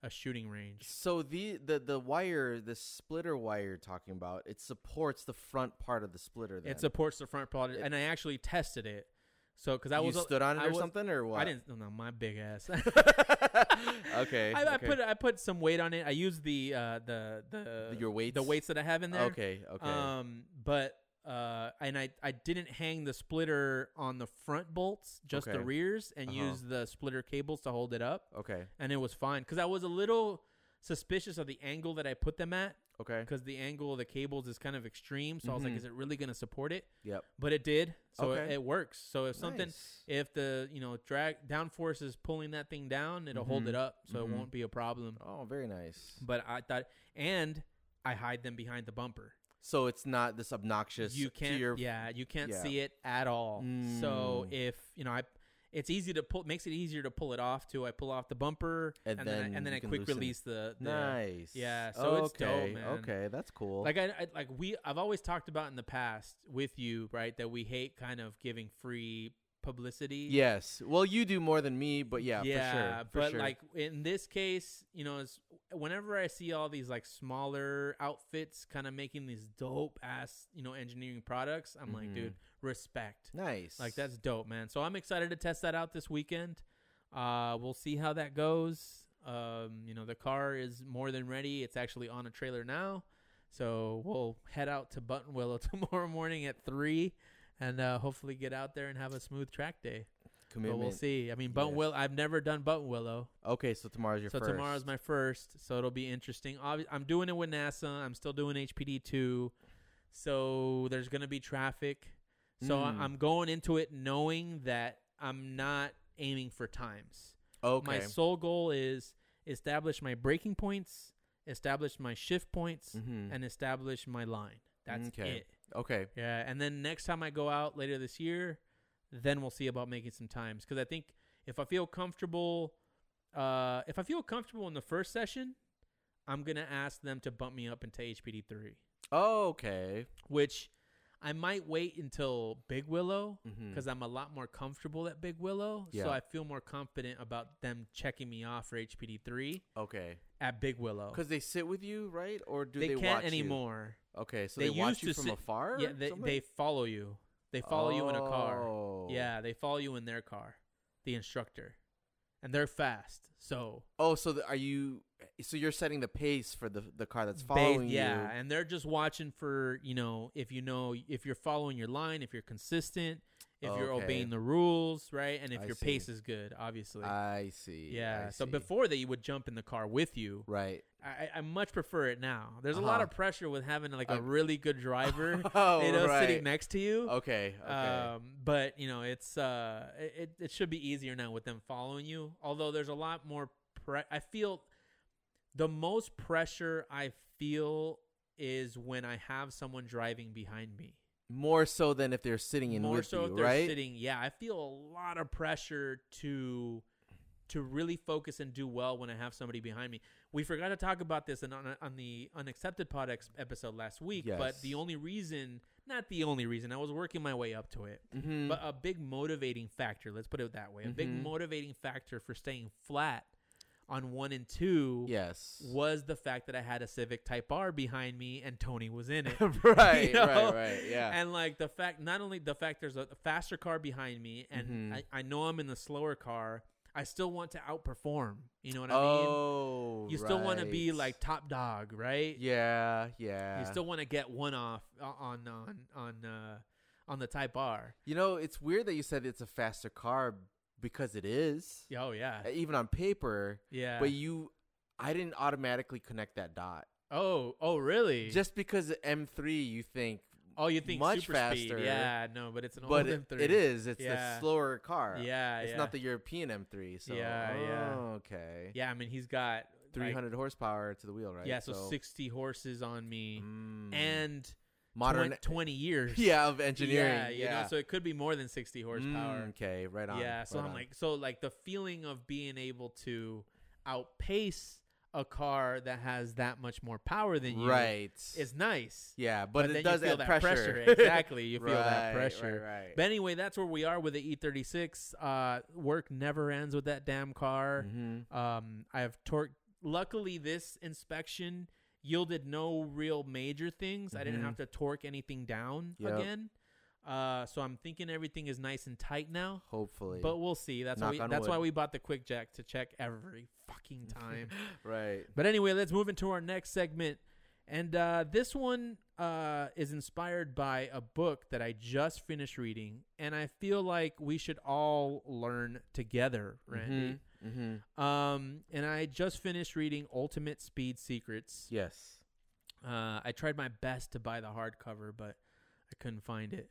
S1: a shooting range.
S2: so the the the wire, the splitter wire you're talking about, it supports the front part of the splitter. Then
S1: It supports the front part,
S2: It-
S1: and I actually tested it. So because I
S2: you
S1: was
S2: stood on it
S1: I
S2: or
S1: was-
S2: something or what?
S1: I didn't no, no my big ass.
S2: okay,
S1: I, I
S2: okay.
S1: put I put some weight on it. I used the uh, the the
S2: your weights.
S1: the weights that I have in there.
S2: Okay, okay.
S1: Um, but uh, and I I didn't hang the splitter on the front bolts, just the
S2: Okay.
S1: rears, and
S2: Uh-huh.
S1: use the splitter cables to hold it up,
S2: okay,
S1: and it was fine. Because I was a little suspicious of the angle that I put them at,
S2: okay.
S1: because the angle of the cables is kind of extreme. So I was like,
S2: Mhm.
S1: is it really going to support it?
S2: Yep.
S1: But it did, so it,
S2: Okay.
S1: it works. So if something,
S2: Nice.
S1: if the you know drag downforce is pulling that thing down, it'll hold
S2: Mhm.
S1: it up, so
S2: Mhm.
S1: it won't be a problem.
S2: Oh, very nice.
S1: But I thought, and I hide them behind the bumper.
S2: So it's not this obnoxious.
S1: you
S2: to
S1: can't
S2: your-
S1: yeah you can't
S2: yeah.
S1: see it at all so
S2: Mm.
S1: if you know i it's easy to pull makes it easier to pull it off too i pull off the bumper
S2: And
S1: and, then,
S2: then
S1: I, and then
S2: you
S1: i
S2: can
S1: quick
S2: loosen it.
S1: release the, the
S2: Nice.
S1: Yeah, so it's dope,
S2: okay.
S1: man.
S2: Okay, that's cool.
S1: like I, I like we i've always talked about in the past with you right that we hate kind of giving free publicity
S2: yes. Well, you do more than me, but yeah, for sure. For
S1: but
S2: sure.
S1: like in this case, you know, it's, whenever I see all these like smaller outfits kind of making these dope ass, you know, engineering products, I'm like,
S2: Mhm.
S1: dude, respect.
S2: nice.
S1: Like that's dope, man. So I'm excited to test that out this weekend. Uh, we'll see how that goes. Um, you know, the car is more than ready. It's actually on a trailer now. So we'll head out to Button Willow tomorrow morning at three, and uh, hopefully get out there and have a smooth track day.
S2: commitment.
S1: But we'll see. I mean, Button
S2: Yes.
S1: Willow. I've never done Button Willow,
S2: Okay, so tomorrow's your
S1: so
S2: first.
S1: tomorrow's my first. So it'll be interesting. Obvi- I'm doing it with NASA. I'm still doing HPD two. So there's gonna be traffic. So I-
S2: Mm.
S1: I'm going into it knowing that I'm not aiming for times.
S2: okay.
S1: My sole goal is establish my breaking points, establish my shift points,
S2: Mhm.
S1: and establish my line. That's
S2: Okay.
S1: it.
S2: okay.
S1: Yeah, and then next time I go out later this year, then we'll see about making some times because I think if I feel comfortable, uh, if I feel comfortable in the first session, I'm gonna ask them to bump me up into HPD three,
S2: Okay.
S1: which I might wait until Big Willow
S2: Mhm.
S1: because I'm a lot more comfortable at Big Willow,
S2: Yeah.
S1: so I feel more confident about them checking me off for HPD three
S2: Okay.
S1: at Big Willow.
S2: Because they sit with you, right? Or do
S1: Oh. they,
S2: they,
S1: can't
S2: watch
S1: anymore.
S2: You? Okay, so
S1: They
S2: they,
S1: used
S2: watch you
S1: to
S2: from
S1: sit-
S2: afar.
S1: Yeah,
S2: or
S1: they,
S2: something?
S1: they follow you. They follow you in a car.
S2: Oh.
S1: Yeah, they follow you in their car, the instructor, and they're fast. So
S2: Oh, so the, are you? So you're setting the pace for the the car that's
S1: they-
S2: following
S1: yeah,
S2: you.
S1: and they're just watching for you know if you know if you're following your line, if you're consistent, if you're
S2: Okay.
S1: obeying the rules, right? And if
S2: I
S1: your
S2: see.
S1: pace is good, obviously.
S2: I see.
S1: yeah.
S2: I
S1: so
S2: see.
S1: before they would jump in the car with you.
S2: right?
S1: I, I much prefer it now. There's a lot
S2: Uh-huh.
S1: of pressure with having like
S2: I-
S1: a really good driver,
S2: oh,
S1: you know,
S2: right.
S1: sitting next to you.
S2: Okay. Okay.
S1: Um, but you know, it's uh, it it- it should be easier now with them following you. Although there's a lot more pre- I feel the most pressure I feel is when I have someone driving behind me.
S2: More so than if they're sitting in
S1: More
S2: with
S1: so
S2: you,
S1: if they're
S2: right?
S1: sitting. Yeah, I feel a lot of pressure to to really focus and do well when I have somebody behind me. We forgot to talk about this in, on, on the unaccepted pod ex- episode last week, but the
S2: Yes.
S1: only reason, not the only reason, I was working my way up to it
S2: Mhm.
S1: but oh, a big motivating factor let's put it that way a big
S2: Mhm.
S1: motivating factor for staying flat on one and two
S2: yes.
S1: was the fact that i had a civic type r behind me and tony was in it
S2: right.
S1: you know?
S2: Right. Right. Yeah.
S1: and like the fact not only the fact there's a faster car behind me and
S2: Mhm.
S1: I, I know i'm in the slower car i still want to outperform you know what i
S2: oh.
S1: mean you still want to be
S2: right.
S1: like top dog right
S2: Yeah. Yeah.
S1: you still want to get one off o- on on on uh on the type r
S2: You know, it's weird that you said it's a faster car because it is.
S1: Yeah, oh yeah
S2: Even on paper,
S1: yeah
S2: but you I didn't automatically connect that dot.
S1: Oh, oh, really?
S2: Just because M3 you think
S1: oh, you think
S2: much
S1: super
S2: faster,
S1: Speed. Yeah, no, but it's an
S2: but
S1: old
S2: it,
S1: M3.
S2: it is it's
S1: Yeah.
S2: the slower car.
S1: Yeah,
S2: It's
S1: yeah.
S2: not the European M3, so
S1: Yeah, yeah.
S2: oh, okay.
S1: yeah, I mean, he's got like,
S2: 300 horsepower to the wheel, right?
S1: yeah, so, sixty horses on me,
S2: mm,
S1: and
S2: modern
S1: twen- twenty years.
S2: yeah of engineering.
S1: Yeah,
S2: Yeah,
S1: you know, so it could be more than sixty
S2: Mm,
S1: horsepower.
S2: okay, right on.
S1: yeah, so
S2: right
S1: I'm
S2: on.
S1: like, so like the feeling of being able to outpace a car that has that much more power than you
S2: right.
S1: is nice.
S2: yeah, but,
S1: then
S2: it does
S1: you feel
S2: add
S1: that
S2: pressure.
S1: Exactly, you feel
S2: Right,
S1: that pressure.
S2: Right. right.
S1: But anyway, that's where we are with the E36. Uh, work never ends with that damn car.
S2: Mhm.
S1: Um, I have torque. Luckily, this inspection yielded no real major things. I didn't
S2: Mhm.
S1: have to torque anything down
S2: Yep.
S1: again. Uh, so I'm thinking everything is nice and tight now.
S2: Hopefully,
S1: But we'll see. That's
S2: Knock
S1: why we,
S2: on
S1: that's why
S2: wood.
S1: we bought the quick jack to check every fucking time.
S2: right.
S1: But anyway, let's move into our next segment. And uh, this one uh, is inspired by a book that I just finished reading. And I feel like we should all learn together, Randy.
S2: Mm-hmm.
S1: Um, and I just finished reading Ultimate Speed Secrets.
S2: Yes.
S1: Uh, I tried my best to buy the hardcover, but I couldn't find it.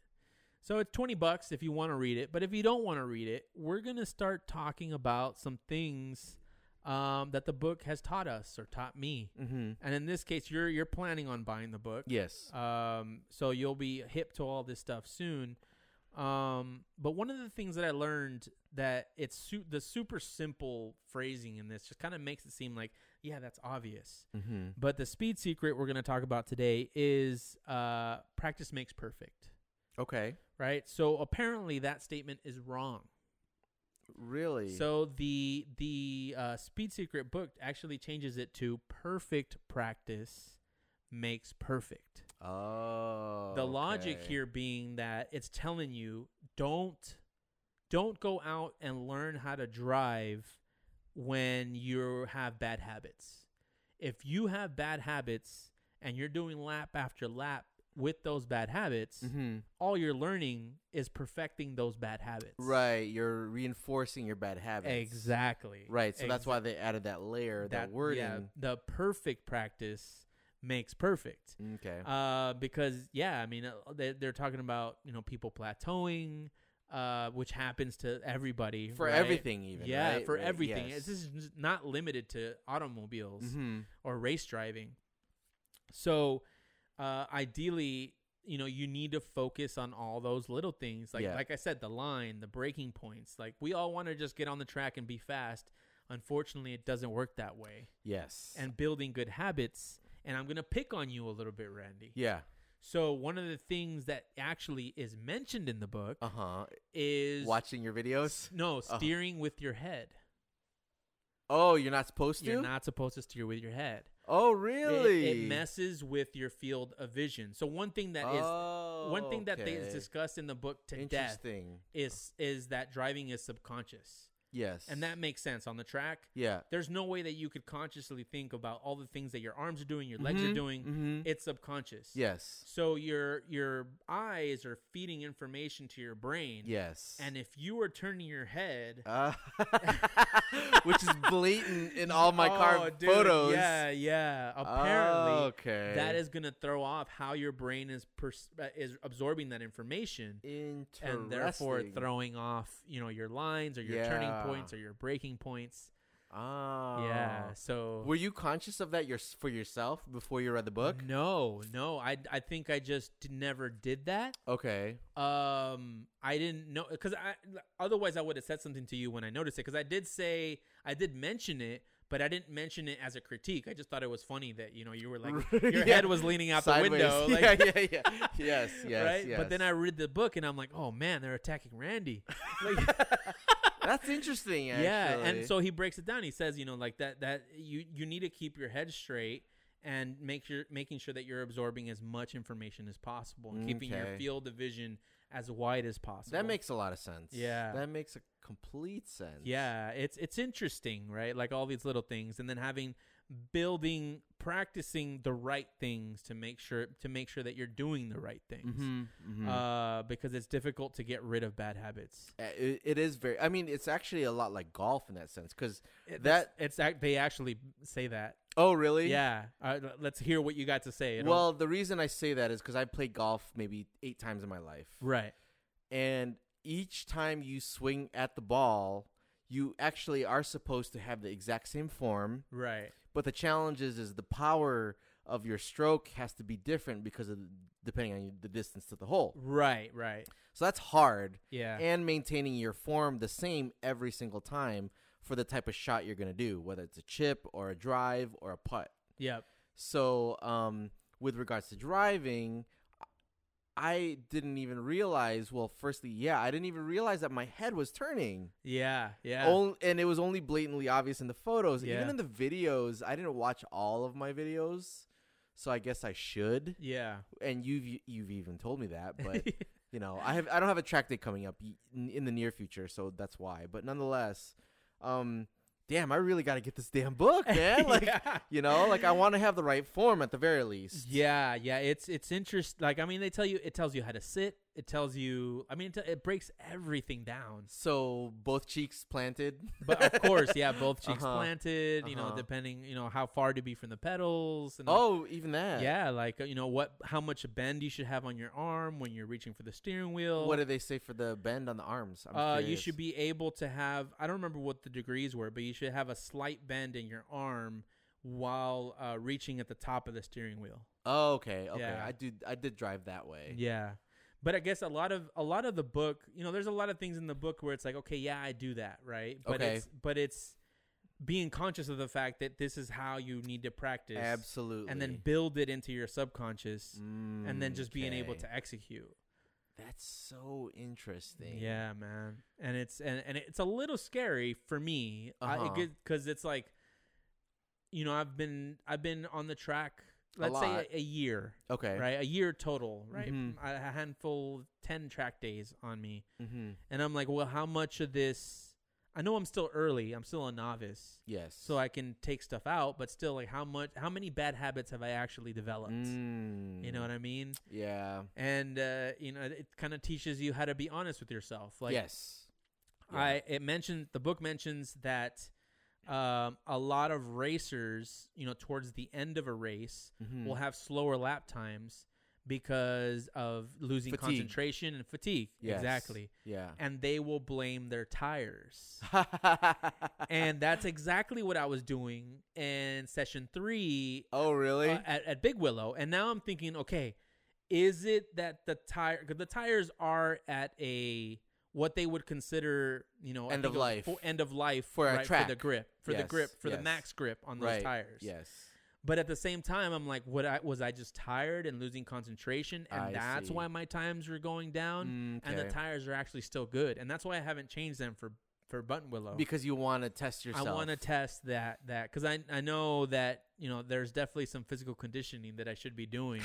S1: So it's 20 bucks if you want to read it. But if you don't want to read it, we're going to start talking about some things um, that the book has taught us or taught me.
S2: Mm-hmm.
S1: And in this case, you're you're planning on buying the book.
S2: Yes.
S1: Um, so you'll be hip to all this stuff soon. Um, but one of the things that I learned that it's su- the super simple phrasing in this just kind of makes it seem like yeah, that's obvious.
S2: Mm-hmm.
S1: But the speed secret we're going to talk about today is uh, practice makes perfect,
S2: Okay.
S1: right? So apparently that statement is wrong.
S2: Really.
S1: So the the uh, Speed Secret book actually changes it to perfect practice makes perfect.
S2: Oh.
S1: the logic
S2: okay.
S1: here being that it's telling you don't don't go out and learn how to drive when you have bad habits. If you have bad habits and you're doing lap after lap with those bad habits,
S2: Mhm.
S1: all you're learning is perfecting those bad habits.
S2: Right. You're reinforcing your bad habits.
S1: Exactly.
S2: Right. So that's
S1: Exa-
S2: why they added that layer, that, wording.
S1: the perfect practice makes perfect.
S2: Okay.
S1: Uh, because yeah, I mean, uh, they, they're talking about you know people plateauing, uh, which happens to everybody
S2: for
S1: right?
S2: everything, even.
S1: yeah,
S2: right?
S1: for
S2: Right,
S1: everything.
S2: Yes.
S1: It's This is just not limited to automobiles
S2: Mhm.
S1: or race driving. So, uh, ideally, you know, you need to focus on all those little things. Like,
S2: Yeah.
S1: like I said, the line, the breaking points. Like, we all want to just get on the track and be fast. Unfortunately, it doesn't work that way.
S2: Yes.
S1: And building good habits. And I'm gonna pick on you a little bit, Randy.
S2: yeah.
S1: So one of the things that actually is mentioned in the book
S2: Uh huh.
S1: is
S2: Watching your videos.
S1: no
S2: Uh-huh.
S1: steering with your head.
S2: Oh, you're not supposed to.
S1: You're not supposed to steer with your head.
S2: oh,
S1: It-
S2: really?
S1: It, messes with your field of vision. So one thing that is
S2: oh,
S1: one thing that they
S2: okay.
S1: is discussed in the book to death
S2: Interesting.
S1: is is that driving is subconscious.
S2: Yes.
S1: And that makes sense on the track.
S2: Yeah.
S1: There's no way that you could consciously think about all the things that your arms are doing, your legs are
S2: Mhm,
S1: doing.
S2: mhm.
S1: It's subconscious.
S2: Yes.
S1: So your your eyes are feeding information to your brain.
S2: Yes.
S1: And if you were turning your head
S2: Uh, which is blatant in all my car
S1: Oh, dude,
S2: photos.
S1: Yeah, yeah. Apparently
S2: okay.
S1: that is going to throw off how your brain is pers- uh, is absorbing that information
S2: interesting.
S1: and therefore throwing off, you know, your lines or your turning
S2: Yeah.
S1: points or your breaking points.
S2: Ah.
S1: Yeah. So
S2: Were you conscious of that your, for yourself before you read the book?
S1: No, no. I I think I just d- never did that.
S2: Okay.
S1: Um, I didn't know because I otherwise I would have said something to you when I noticed it because I did say I did mention it, but I didn't mention it as a critique. I just thought it was funny that you know you were like your
S2: Yeah.
S1: head was leaning out
S2: Sideways.
S1: the window, like,
S2: yeah, yeah, yeah. yes, yes,
S1: right?
S2: yes.
S1: But then I read the book and I'm like, oh man, they're attacking Randy. Like,
S2: That's interesting. Actually.
S1: yeah, and so he breaks it down. He says, you know, like that that you you need to keep your head straight and make your making sure that you're absorbing as much information as possible and keeping your
S2: Okay.
S1: field of vision as wide as possible.
S2: that makes a lot of sense.
S1: Yeah.
S2: That makes a complete sense.
S1: yeah, it's it's interesting, right? Like all these little things, and then having building practicing the right things to make sure to make sure that you're doing the right things.
S2: Mm-hmm,
S1: Uh, because it's difficult to get rid of bad habits.
S2: it, it is very. I mean, it's actually a lot like golf in that sense. Because
S1: It-
S2: That-
S1: it's, it's act- they actually say that.
S2: oh, really?
S1: Yeah, uh, l- let's hear what you got to say. It'll-
S2: Well, the reason I say that is because I played golf maybe eight times in my life,
S1: Right.
S2: and each time you swing at the ball, you actually are supposed to have the exact same form.
S1: Right.
S2: But the challenge is, is the power of your stroke has to be different because of depending on the distance to the hole.
S1: Right. Right.
S2: So that's hard.
S1: Yeah.
S2: and maintaining your form the same every single time for the type of shot you're going to do, whether it's a chip or a drive or a putt.
S1: yep.
S2: So, um, with regards to driving, I didn't even realize. Well, firstly, yeah, I didn't even realize that my head was turning.
S1: Yeah. Yeah.
S2: Only, and it was only blatantly obvious in the photos.
S1: Yeah.
S2: Even in the videos, I didn't watch all of my videos, so I guess I should.
S1: yeah.
S2: And you've you've even told me that, but you know, I have I don't have a track day coming up y- in in the near future, so that's why. But nonetheless, um, damn, I really got to get this damn book, man. Like,
S1: yeah.
S2: you know, like I want to have the right form at the very least.
S1: Yeah. Yeah. It's it's interest. Like I mean, they tell you it tells you how to sit. It tells you. I mean, it, t- it breaks everything down.
S2: So both cheeks planted,
S1: But of course, yeah, both cheeks
S2: Uh-huh.
S1: planted. You know,
S2: Uh-huh.
S1: depending, you know, how far to be from the pedals. And
S2: oh, even that.
S1: Yeah, like uh, you know what, how much bend you should have on your arm when you're reaching for the steering wheel.
S2: What do they say for the bend on the arms? I'm
S1: Uh, you
S2: curious.
S1: should be able to have I don't remember what the degrees were, but you should have a slight bend in your arm while uh, reaching at the top of the steering wheel.
S2: Oh, okay, okay.
S1: Yeah.
S2: I do. I did drive that way.
S1: Yeah. But I guess a lot of a lot of the book, you know, there's a lot of things in the book where it's like, okay, yeah, I do that, right? But
S2: Okay.
S1: it's but it's being conscious of the fact that this is how you need to practice
S2: Absolutely.
S1: and then build it into your subconscious and then just being able
S2: Mm, 'kay.
S1: to execute.
S2: That's so interesting.
S1: Yeah, man, and it's and, and it's a little scary for me
S2: Uh-huh.
S1: because it's like, you know, I've been I've been on the track,
S2: A
S1: let's say
S2: lot.
S1: a, a year,
S2: Okay.
S1: right, a year total, right,
S2: Mhm.
S1: a a handful, ten track days on me,
S2: Mm-hmm.
S1: and I'm like, well, how much of this? I know I'm still early, I'm still a novice,
S2: Yes.
S1: so I can take stuff out, but still, like, how much? How many bad habits have I actually developed? You know what I mean?
S2: Mm. Yeah.
S1: And uh, you know, it kind of teaches you how to be honest with yourself, like.
S2: yes. Yeah.
S1: I it mentioned the book mentions that um, a lot of racers, you know, towards the end of a race,
S2: Mhm.
S1: will have slower lap times because of losing
S2: Fatigue.
S1: concentration and fatigue.
S2: Yes.
S1: Exactly,
S2: Yeah.
S1: and they will blame their tires. and that's exactly what I was doing in session three
S2: oh really?
S1: uh, at, at Big Willow, and now I'm thinking, okay, is it that the tire? Because the tires are at a what they would consider, you know, I
S2: End
S1: think
S2: of
S1: it was
S2: life.
S1: fo- end of life
S2: For a
S1: right, for the
S2: track.
S1: grip, for the
S2: Yes,
S1: grip, for the
S2: yes.
S1: max grip on those
S2: right.
S1: tires.
S2: Yes.
S1: But at the same time, I'm like, what? I, was I just tired and losing concentration, and
S2: I
S1: that's
S2: see. Mm,
S1: why my times were going down, and the
S2: Mkay.
S1: tires are actually still good, and that's why I haven't changed them for for Button Willow.
S2: because you want to test yourself.
S1: I want to test that that because I I know that you know there's definitely some physical conditioning that I should be doing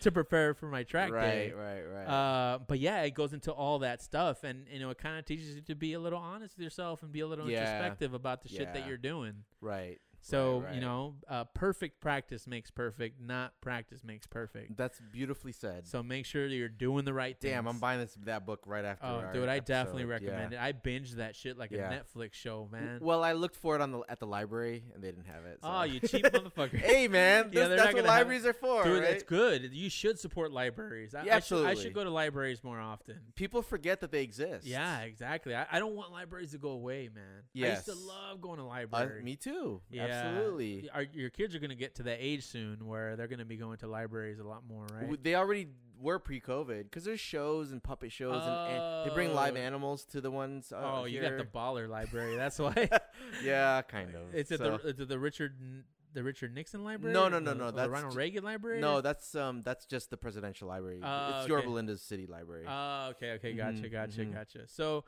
S1: to prepare for my track
S2: right,
S1: day.
S2: right, right,
S1: Uh, but yeah, it goes into all that stuff, and you know it kind of teaches you to be a little honest with yourself and be a little
S2: Yeah.
S1: introspective about the shit that
S2: Yeah.
S1: you're doing.
S2: right.
S1: So you
S2: right.
S1: know, uh, perfect practice makes perfect, not practice makes perfect.
S2: That's beautifully said.
S1: So make sure that you're doing the right thing.
S2: Damn, I'm buying this that book right after.
S1: Oh,
S2: our
S1: dude, I definitely
S2: episode. Yeah.
S1: recommend it. I binged that shit like
S2: Yeah.
S1: a Netflix show,
S2: W-
S1: man.
S2: Well, I looked for it on the at the library and they didn't have it. so.
S1: Oh, you cheap motherfucker.
S2: hey, man,
S1: Yeah,
S2: this-
S1: they're not
S2: that's what
S1: gonna have it.
S2: libraries are for,
S1: Dude,
S2: right?
S1: that's good. You should support libraries. I,
S2: Yeah,
S1: I should, I
S2: absolutely.
S1: should go to libraries more often.
S2: People forget that they exist.
S1: Yeah, exactly. I, I don't want libraries to go away, man. I used
S2: Yes.
S1: to love going to
S2: Uh,
S1: libraries.
S2: me too.
S1: Yeah.
S2: Absolutely.
S1: Our, your kids are going to get to that age soon where they're going to be going to libraries a lot more, right?
S2: W- They already were pre-COVID because there's shows and puppet shows and, an they bring live
S1: Oh.
S2: animals to the ones. Uh,
S1: oh, you got the
S2: here.
S1: baller library. That's why.
S2: yeah, kind of.
S1: It's at
S2: So-
S1: the it's at the Richard N- the Richard Nixon Library.
S2: No, no,
S1: Or
S2: no,
S1: the-
S2: no,
S1: or
S2: that's
S1: the Ronald
S2: ju-
S1: Reagan Library.
S2: no, that's um, that's just the presidential library.
S1: Oh,
S2: it's your
S1: okay.
S2: Belinda's city library.
S1: Oh, okay, okay, gotcha,
S2: Mhm,
S1: gotcha,
S2: mhm.
S1: gotcha. So,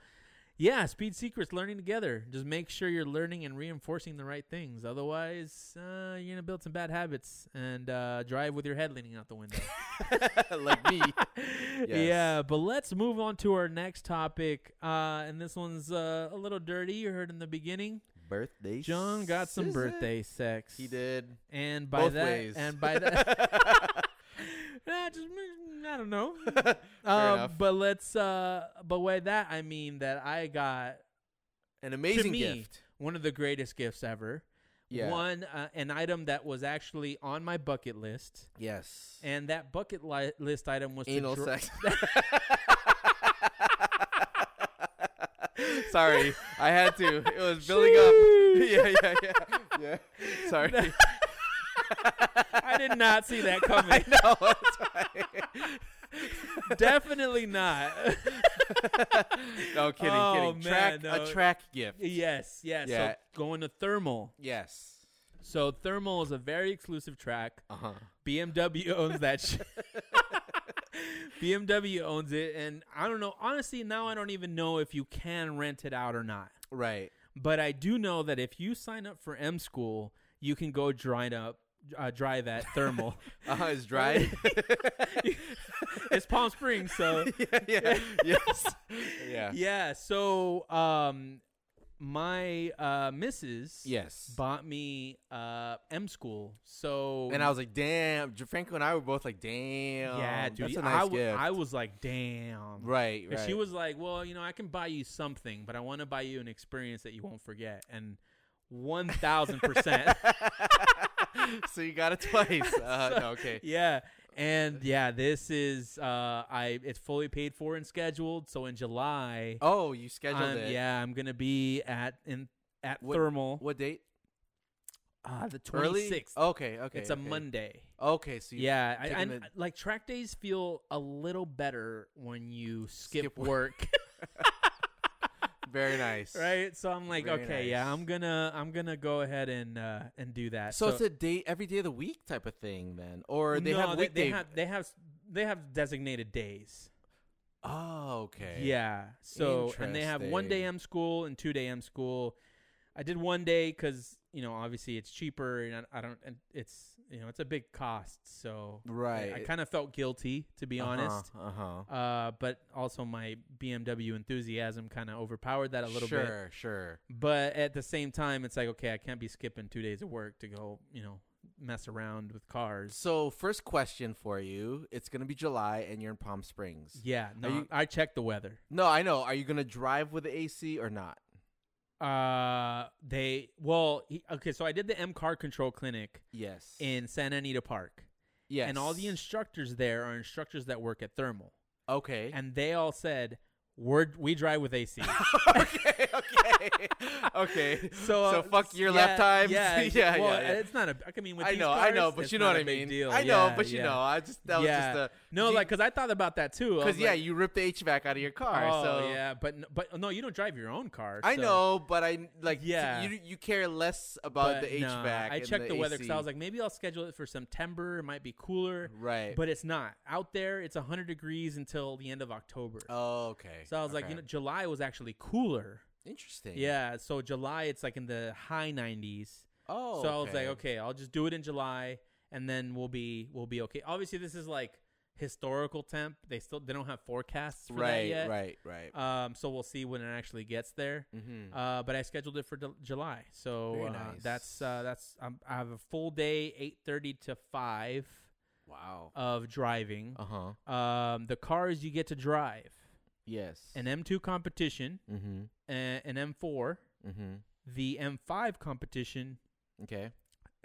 S1: yeah, speed secrets, learning together. Just make sure you're learning and reinforcing the right things. Otherwise, uh, you're gonna build some bad habits and uh, drive with your head leaning out the window.
S2: like me.
S1: Yeah, but let's move on to our next topic. Uh, and this one's uh, a little dirty. You heard in the beginning,
S2: Birthday.
S1: John got some
S2: season.
S1: birthday sex.
S2: He did.
S1: and by
S2: Both
S1: that,
S2: ways.
S1: and by that. Nah, just mm, I don't know. um,
S2: enough.
S1: but let's. Uh, but by that I mean that I got
S2: An amazing
S1: me,
S2: gift.
S1: one of the greatest gifts ever.
S2: Yeah.
S1: One, uh, an item that was actually on my bucket list,
S2: Yes.
S1: and that bucket li- list item was to
S2: Anal
S1: dr-
S2: sex. Sorry, I had to. It was building up. yeah, yeah, yeah, yeah. Sorry.
S1: I did not see that
S2: I
S1: coming.
S2: know. That's right.
S1: Definitely not.
S2: no kidding,
S1: Oh,
S2: kidding. Track
S1: man,
S2: a
S1: no.
S2: track gift.
S1: yes, yes.
S2: Yeah.
S1: So going to thermal.
S2: Yes.
S1: So thermal is a very exclusive track.
S2: Uh huh.
S1: BMW owns that shit. BMW owns it, and I don't know. Honestly, now I don't even know if you can rent it out or not.
S2: Right.
S1: But I do know that if you sign up for M School, you can go drive up, uh, drive at Thermal.
S2: Uh huh. It's dry.
S1: it's Palm Springs, so
S2: yeah, yeah. Yes.
S1: yeah.
S2: Yeah.
S1: so, um, my uh, missus
S2: Yes.
S1: bought me uh, M School, so
S2: And I was like, damn. J- Franco and I were both like, damn.
S1: yeah, dude,
S2: That's a
S1: I,
S2: nice
S1: w-
S2: gift.
S1: I was like, damn,
S2: right,
S1: And
S2: right.
S1: she was like, "Well, you know, I can buy you something, but I want to buy you an experience that you won't forget." And one thousand percent,
S2: so you got it twice. Uh,
S1: So-
S2: no, okay.
S1: yeah, and yeah, this is uh, I it's fully paid for and scheduled. So in July,
S2: Oh, you scheduled
S1: I'm-
S2: it.
S1: Um, yeah, I'm gonna be at in at
S2: What-
S1: thermal
S2: What date?
S1: uh, the
S2: Early.
S1: twenty sixth.
S2: Okay. Okay.
S1: it's a
S2: okay.
S1: Monday.
S2: Okay. So you
S1: yeah, I, I,
S2: taking the-
S1: like track days feel a little better when you skip,
S2: Skip work.
S1: work.
S2: very nice.
S1: right so i'm like
S2: Very
S1: okay yeah
S2: nice.
S1: i'm gonna i'm gonna go ahead and uh and do that
S2: So, it's a day every day of the week type of thing then, or they
S1: no,
S2: have
S1: they,
S2: weekday.
S1: they have they have they have designated days
S2: oh, okay.
S1: yeah so and they have one day
S2: Interesting.
S1: m school and two day m school i did one day because you know obviously it's cheaper and I, I don't and it's you know it's a big cost so I-
S2: Right.
S1: i, kind of felt guilty to be honest
S2: Uh huh.
S1: uh but also my bmw enthusiasm kind of overpowered that a little
S2: sure,
S1: bit
S2: Sure. Sure.
S1: But at the same time, it's like, okay, I can't be skipping two days of work to go, you know, mess around with cars.
S2: So first question for you: It's gonna be July, and you're in Palm Springs.
S1: Yeah, no,
S2: you-
S1: I checked the weather.
S2: No, I know. Are you gonna drive with the AC or not?
S1: Uh, they well, he, okay, so I did the M car control clinic
S2: Yes.
S1: in Santa Anita Park,
S2: yes.
S1: and all the instructors there are instructors that work at Thermal,
S2: okay.
S1: and they all said, "We're we drive with AC."
S2: okay, okay, okay.
S1: So, uh,
S2: fuck your
S1: yeah,
S2: lap times.
S1: Yeah,
S2: yeah,
S1: well,
S2: yeah, yeah.
S1: It's not a. I mean, with
S2: I
S1: these
S2: know, I know,
S1: cars,
S2: but
S1: it's
S2: you know
S1: not
S2: what
S1: a
S2: I
S1: big
S2: mean.
S1: deal.
S2: I know,
S1: Yeah,
S2: but you
S1: yeah.
S2: know, I just that
S1: Yeah.
S2: was just a
S1: No,
S2: you-
S1: like, cause I thought about that too. I
S2: because
S1: was
S2: yeah,
S1: like,
S2: you ripped the HVAC out of your car.
S1: Oh
S2: so
S1: yeah, but n- but no, you don't drive your own car.
S2: I
S1: so-
S2: know, but I like
S1: Yeah.
S2: you you care less
S1: but
S2: about the HVAC.
S1: nah, I
S2: and
S1: checked the, weather
S2: AC.
S1: because I was like, maybe I'll schedule it for September. It might be cooler,
S2: right.
S1: but it's not. Out there, it's hundred degrees until the end of October.
S2: oh, okay.
S1: so I was like,
S2: okay.
S1: you know, July was actually cooler.
S2: interesting.
S1: Yeah, so July it's like in the high nineties,
S2: Oh,
S1: so I was like,
S2: okay.
S1: okay, I'll just do it in July, and then we'll be we'll be okay. Obviously, this is like historical temp. They still they don't have forecasts for that
S2: right,
S1: yet.
S2: right, right.
S1: Um, so we'll see when it actually gets there.
S2: mm-hmm.
S1: Uh, but I scheduled it for d- July, so
S2: Very
S1: uh,
S2: nice.
S1: that's uh, that's um, I have a full day, eight thirty to five
S2: wow.
S1: of driving.
S2: Uh huh.
S1: Um, the cars you get to drive
S2: Yes.
S1: an M2 competition,
S2: Mm-hmm.
S1: a- an M4,
S2: Mm-hmm.
S1: the M5 competition,
S2: Okay.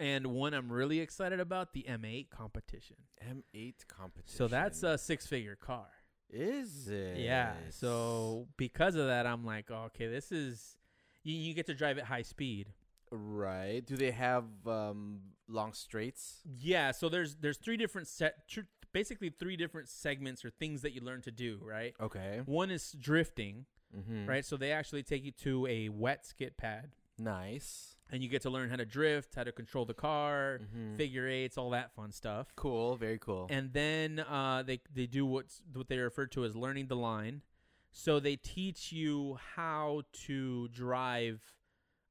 S1: and one I'm really excited about, the M8 competition.
S2: M8 competition.
S1: So that's a six-figure car.
S2: Is it?
S1: Yeah. So because of that, I'm like, oh, okay, this is you, you get to drive at high speed.
S2: Right. Do they have um long straights?
S1: Yeah. So there's there's three different set, tr- basically three different segments or things that you learn to do. Right.
S2: Okay.
S1: One is drifting.
S2: Mm-hmm.
S1: Right. So they actually take you to a wet skid pad,
S2: Nice.
S1: and you get to learn how to drift, how to control the car,
S2: Mhm.
S1: figure eights, all that fun stuff.
S2: Cool. Very cool.
S1: and then uh, they they do what's what they refer to as learning the line. So they teach you how to drive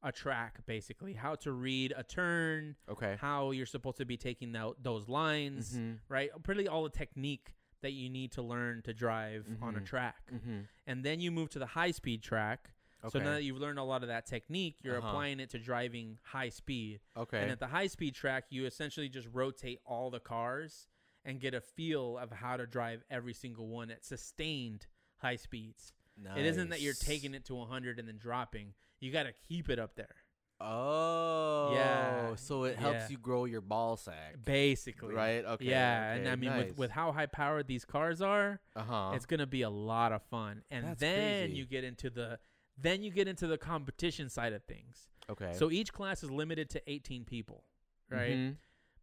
S1: a track, basically, how to read a turn,
S2: okay.
S1: how you're supposed to be taking out those lines,
S2: Mhm.
S1: right? Pretty all the technique that you need to learn to drive on a
S2: Mhm.
S1: track.
S2: Mhm.
S1: And then you move to the high speed track. So now
S2: Okay.
S1: that you've learned a lot of that technique, you're
S2: Uh-huh.
S1: applying it to driving high speed. And
S2: Okay.
S1: at the high speed track, you essentially just rotate all the cars and get a feel of how to drive every single one at sustained high speeds. It isn't that you're taking it to 100 and then dropping. You got to keep it up there.
S2: Oh.
S1: Yeah,
S2: So it helps
S1: yeah.
S2: you grow your ball sack.
S1: Basically.
S2: Right. Okay.
S1: yeah, and
S2: okay,
S1: I mean
S2: nice.
S1: with, with how high powered these cars are,
S2: uh-huh.
S1: it's going to be a lot of fun. And
S2: That's
S1: then
S2: crazy.
S1: you get into the then you get into the competition side of things.
S2: okay.
S1: So each class is limited to 18 people, right?
S2: Mhm.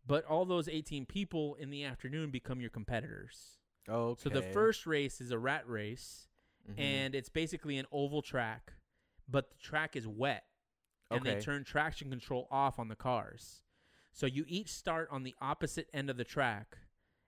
S1: But all those 18 people in the afternoon become your competitors.
S2: Okay.
S1: So the first race is a rat race,
S2: Mhm.
S1: and it's basically an oval track, but the track is wet, and they
S2: Okay.
S1: turn traction control off on the cars. So you each start on the opposite end of the track,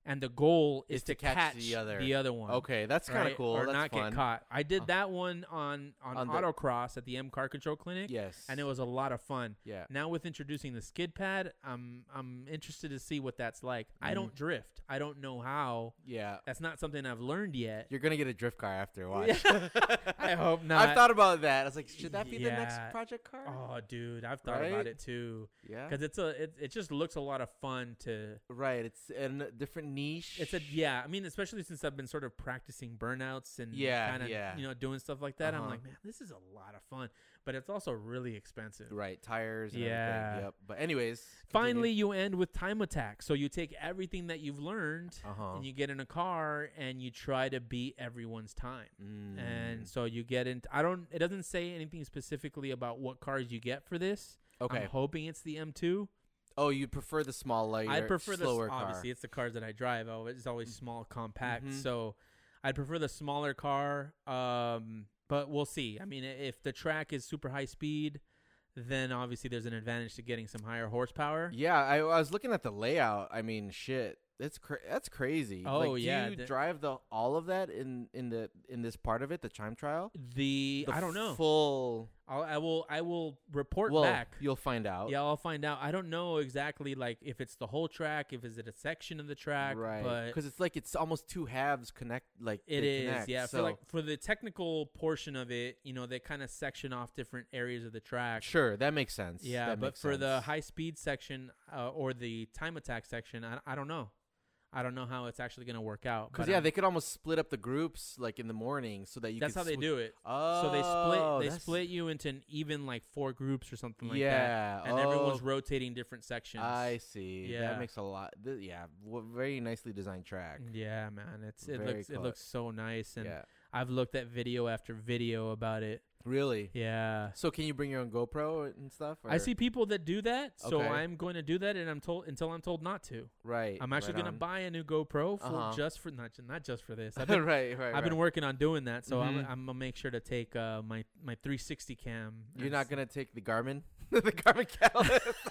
S1: and the goal is, to, catch, the other one.
S2: Okay, that's kind of
S1: right?
S2: cool.
S1: Or
S2: that's
S1: not
S2: fun.
S1: get caught. I did
S2: Uh,
S1: that one on on,
S2: on the-
S1: autocross at the M Car Control Clinic,
S2: Yes.
S1: and it was a lot of fun.
S2: Yeah.
S1: Now with introducing the skid pad, I'm I'm interested to see what that's like. I
S2: Mhm.
S1: don't drift. I don't know how.
S2: Yeah.
S1: That's not something I've learned yet.
S2: You're gonna get a drift car after a while.
S1: I hope
S2: I've
S1: not.
S2: thought about that. I was like, should that be the
S1: Yeah.
S2: next project car?
S1: Oh, dude, I've thought about
S2: Right?
S1: it too.
S2: yeah.
S1: Because it's a, it, it just looks a lot of fun to.
S2: Right. It's in a different niche.
S1: It's a yeah. I mean, especially since I've been sort of practicing burnouts and
S2: Yeah,
S1: kind of
S2: yeah.
S1: you know doing stuff like that. I'm
S2: Uh-huh.
S1: like, man, this is a lot of fun, but it's also really expensive.
S2: right tires. And
S1: Yeah.
S2: Everything. Yep. But anyways.
S1: Finally, you end with time attack. So you take everything that you've learned
S2: Uh huh.
S1: and you get in a car and you try to beat everyone's time.
S2: Mm.
S1: And so you get in. I don't. It doesn't say anything specifically about what cars you get for this.
S2: okay.
S1: I'm hoping it's the M2.
S2: oh, you prefer the small, lighter,
S1: I prefer the s-
S2: slower car. Mm-hmm.
S1: obviously it's the cars that I drive. Oh, it's always small, compact.
S2: Mhm.
S1: So I'd prefer the smaller car. Um, but we'll see. I mean, i- if the track is super high speed, then obviously there's an advantage to getting some higher horsepower.
S2: Yeah, I, I was looking at the layout. I mean, shit, that's cra- that's crazy.
S1: Oh,
S2: like, do
S1: yeah,
S2: you
S1: the-
S2: drive the all of that in in the in this part of it, the chime trial.
S1: The,
S2: The
S1: I don't know.
S2: Full.
S1: I'll, I will I will report
S2: well,
S1: back.
S2: you'll find out.
S1: Yeah, I'll find out. I don't know exactly like if it's the whole track, if is it a section of the track,
S2: right.
S1: But
S2: Because it's like it's almost two halves connect. Like
S1: It
S2: they
S1: is,
S2: connect,
S1: yeah.
S2: So
S1: For like for the technical portion of it, you know, they kind of section off different areas of the track.
S2: sure, that makes sense.
S1: Yeah,
S2: that
S1: but
S2: makes
S1: for the
S2: sense.
S1: high speed section uh, or the time attack section, I, I don't know. I don't know how it's actually going to work out.
S2: Because
S1: but,
S2: yeah,
S1: um,
S2: they could almost split up the groups like in the morning so that you.
S1: that's
S2: could
S1: how they
S2: swi-
S1: do it.
S2: Oh,
S1: so they split they
S2: that's-
S1: split you into an even like four groups or something like that,
S2: yeah,
S1: and everyone's
S2: oh,
S1: rotating different sections.
S2: I see.
S1: Yeah.
S2: That makes a lot. Th- yeah, w- very nicely designed track.
S1: yeah, man, it's it
S2: Very
S1: looks it
S2: clever.
S1: looks so nice, and
S2: Yeah.
S1: I've looked at video after video about it.
S2: Really?
S1: Yeah,
S2: So can you bring your own GoPro and stuff?
S1: I
S2: or-
S1: see people that do that, so
S2: Okay.
S1: I'm going to do that, and I'm told until I'm told not to.
S2: Right.
S1: I'm actually
S2: right
S1: going
S2: on.
S1: to buy a new GoPro for
S2: Uh-huh.
S1: just for not ju- not just for this. I've been,
S2: right, right.
S1: I've been
S2: right.
S1: working on doing that, so I'm,
S2: Mhm.
S1: I'm gonna make sure to take uh, my my 360 cam.
S2: You're
S1: and
S2: not
S1: s-
S2: gonna take the Garmin, the Garmin Catalyst.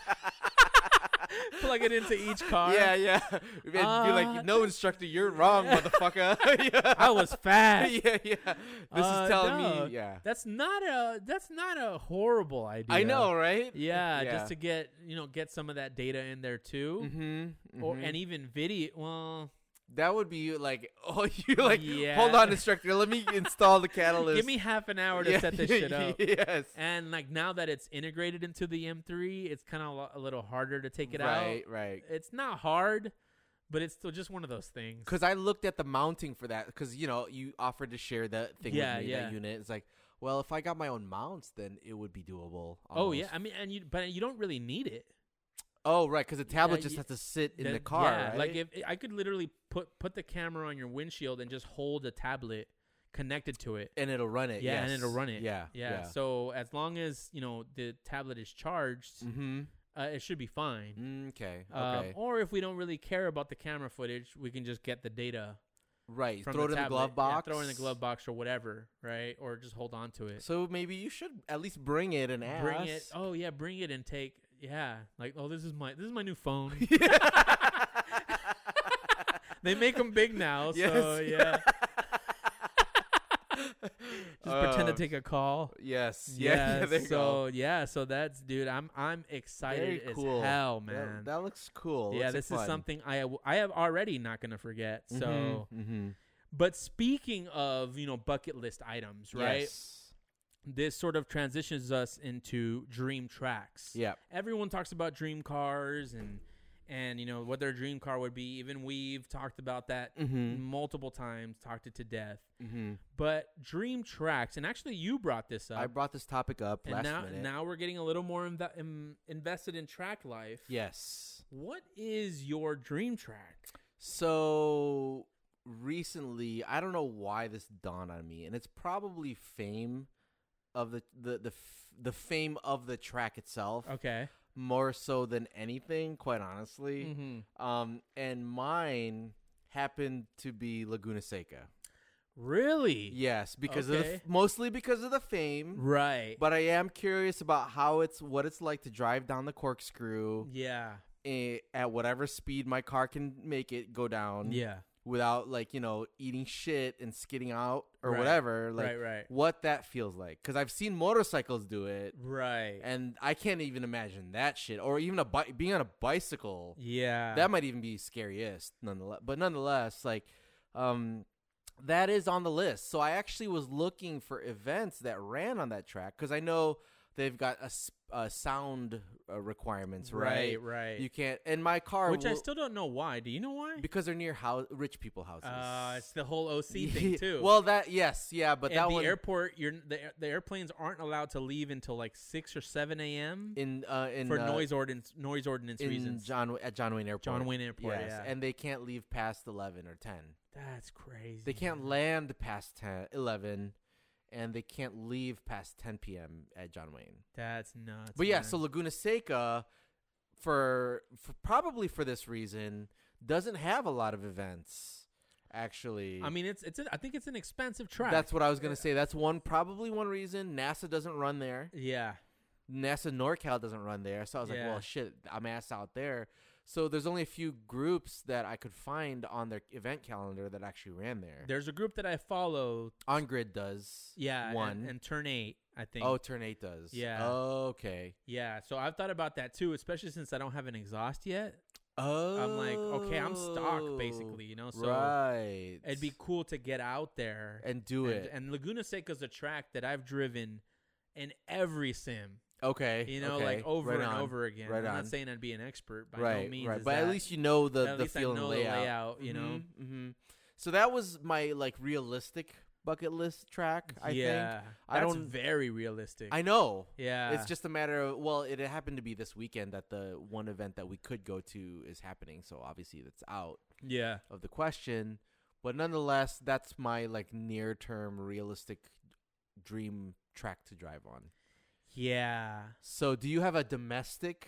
S1: plug it into each car.
S2: Yeah, yeah. And be
S1: Uh,
S2: like, no instructor, you're wrong, motherfucker.
S1: I was fast.
S2: yeah, yeah. This
S1: Uh,
S2: is telling
S1: no.
S2: me, yeah.
S1: That's not a that's not a horrible idea.
S2: I know, right?
S1: Yeah, just to get you know get some of that data in there too,
S2: Mm-hmm,
S1: or and even video. Well,
S2: that would be like, oh, you're like, hold
S1: Yeah.
S2: on, instructor, let me install the catalyst.
S1: give me half an hour to
S2: Yeah,
S1: set this shit up.
S2: Yes.
S1: And like now that it's integrated into the M3, it's kind of a little harder to take it
S2: right, right.
S1: out. It's not hard, but it's still just one of those things.
S2: Because I looked at the mounting for that, because you know you offered to share that thing
S1: Yeah,
S2: with me,
S1: yeah.
S2: that unit. It's like, well, if I got my own mounts, then it would be doable.
S1: Oh yeah,
S2: almost.
S1: I mean, and you but you don't really need it
S2: Oh right, because the tablet
S1: Yeah,
S2: just
S1: you-
S2: has to sit in the
S1: That-
S2: car.
S1: Yeah,
S2: right?
S1: like if I could literally put put the camera on your windshield and just hold the tablet connected to it.
S2: and it'll run it.
S1: Yeah, and
S2: yes.
S1: it'll run it.
S2: Yeah,
S1: Yeah, So as long as you know the tablet is charged,
S2: mm-hmm.
S1: uh, it should be fine.
S2: Okay.
S1: Um,
S2: Mm, Okay.
S1: or if we don't really care about the camera footage, we can just get the data
S2: right.
S1: from
S2: Throw it
S1: the
S2: in the
S1: tablet.
S2: glove
S1: Yeah,
S2: box.
S1: throw it in the glove box or whatever, right? Or just hold on to it.
S2: So maybe you should at least bring it and ask.
S1: Bring it. Oh yeah, bring it and take. Yeah, like oh this is my this is my new phone. they make them big now, so
S2: Yes.
S1: yeah. Just pretend to
S2: Oh,
S1: take a call.
S2: Yes. Yeah. yeah there you
S1: so
S2: go.
S1: yeah, so that's dude. I'm I'm excited
S2: Very cool.
S1: as hell,
S2: That-
S1: man.
S2: That, looks cool. Looks
S1: yeah,
S2: like
S1: this is
S2: fun.
S1: something I have- I have already not gonna forget.
S2: Mhm,
S1: So,
S2: mhm.
S1: but speaking of you know bucket list items, right?
S2: Yes.
S1: This sort of transitions us into dream tracks.
S2: Yeah.
S1: Everyone talks about dream cars and and you know what their dream car would be. Even we've talked about that
S2: Mm-hmm.
S1: multiple times, talked it to death.
S2: Mm-hmm.
S1: But dream tracks, and actually you brought this up.
S2: I brought this topic up
S1: and
S2: last
S1: now,
S2: minute.
S1: now we're getting a little more inve- im- invested in track life.
S2: yes.
S1: What is your dream track?
S2: So recently, I don't know why this dawned on me, and it's probably fame of the the the, f- the fame of the track itself
S1: Okay.
S2: more so than anything, quite honestly.
S1: Mm-hmm.
S2: Um, and mine happened to be Laguna Seca.
S1: Really?
S2: Yes, because of the
S1: Okay.
S2: f- mostly because of the fame.
S1: Right.
S2: But I am curious about how it's what it's like to drive down the corkscrew
S1: yeah.
S2: eh, at whatever speed my car can make it go down.
S1: Yeah.
S2: without like you know eating shit and skidding out or
S1: Right.
S2: whatever like
S1: right. Right.
S2: what that feels like because i've seen motorcycles do it
S1: Right.
S2: and i can't even imagine that shit or even a bi- being on a bicycle
S1: yeah.
S2: that might even be scariest nonetheless but nonetheless like um that is on the list so i actually was looking for events that ran on that track because i know they've got a, s- uh sound uh, requirements right,
S1: right. Right.
S2: you can't and my car
S1: Which I
S2: will-
S1: still don't know why. Do you know why?
S2: because they're near house rich people houses
S1: Uh, it's the whole OC thing
S2: Yeah,
S1: too.
S2: Well, that yes, yeah, but
S1: At
S2: that
S1: the
S2: one
S1: airport, you're the, the airplanes aren't allowed to leave until like six or seven a.m.
S2: in uh, in
S1: for
S2: uh,
S1: noise ordinance noise ordinance
S2: in
S1: reasons.
S2: John at John Wayne Airport.
S1: John Wayne Airport.
S2: Yes,
S1: yeah.
S2: and they can't leave past eleven or ten.
S1: That's crazy.
S2: They can't
S1: man.
S2: land past 10, 11, and they can't leave past ten p.m. at John Wayne.
S1: That's nuts.
S2: But yeah,
S1: man.
S2: so Laguna Seca, for, for probably for this reason, doesn't have a lot of events. Actually,
S1: I mean, it's it's. An, I think it's an expensive track.
S2: that's what I was gonna say. That's one probably one reason NASA doesn't run there.
S1: yeah.
S2: NASA NorCal doesn't run there, so I was like,
S1: Yeah.
S2: well, shit, I'm ass out there. So there's only a few groups that I could find on their event calendar that actually ran there.
S1: There's a group that I follow.
S2: OnGrid does.
S1: Yeah, and-
S2: One.
S1: and, Turn Eight. I think.
S2: oh, Turn Eight does.
S1: Yeah.
S2: Okay.
S1: yeah. So I've thought about that too, especially since I don't have an exhaust yet.
S2: Oh.
S1: I'm like, okay, I'm stuck basically, you know. So
S2: right.
S1: it'd be cool to get out there
S2: and do
S1: and,
S2: it.
S1: And Laguna Seca's a track that I've driven in every sim,
S2: okay.
S1: you know,
S2: okay,
S1: like over
S2: right
S1: and
S2: on,
S1: over again.
S2: Right
S1: I'm
S2: on.
S1: not saying I'd be an expert by
S2: right.
S1: no means,
S2: right.
S1: is
S2: But at
S1: that-
S2: least you know the
S1: but at
S2: the
S1: least I
S2: feel
S1: know
S2: and
S1: the
S2: layout.
S1: layout, Mm-hmm. you know.
S2: hmm So that was my like realistic bucket list track. I think.
S1: yeah,
S2: I
S1: that's
S2: don't-
S1: very realistic.
S2: I know.
S1: yeah,
S2: It's just a matter of well, it happened to be this weekend that the one event that we could go to is happening, so obviously that's out
S1: yeah,
S2: of the question. But nonetheless, that's my like near term realistic dream track to drive on.
S1: yeah.
S2: So do you have a domestic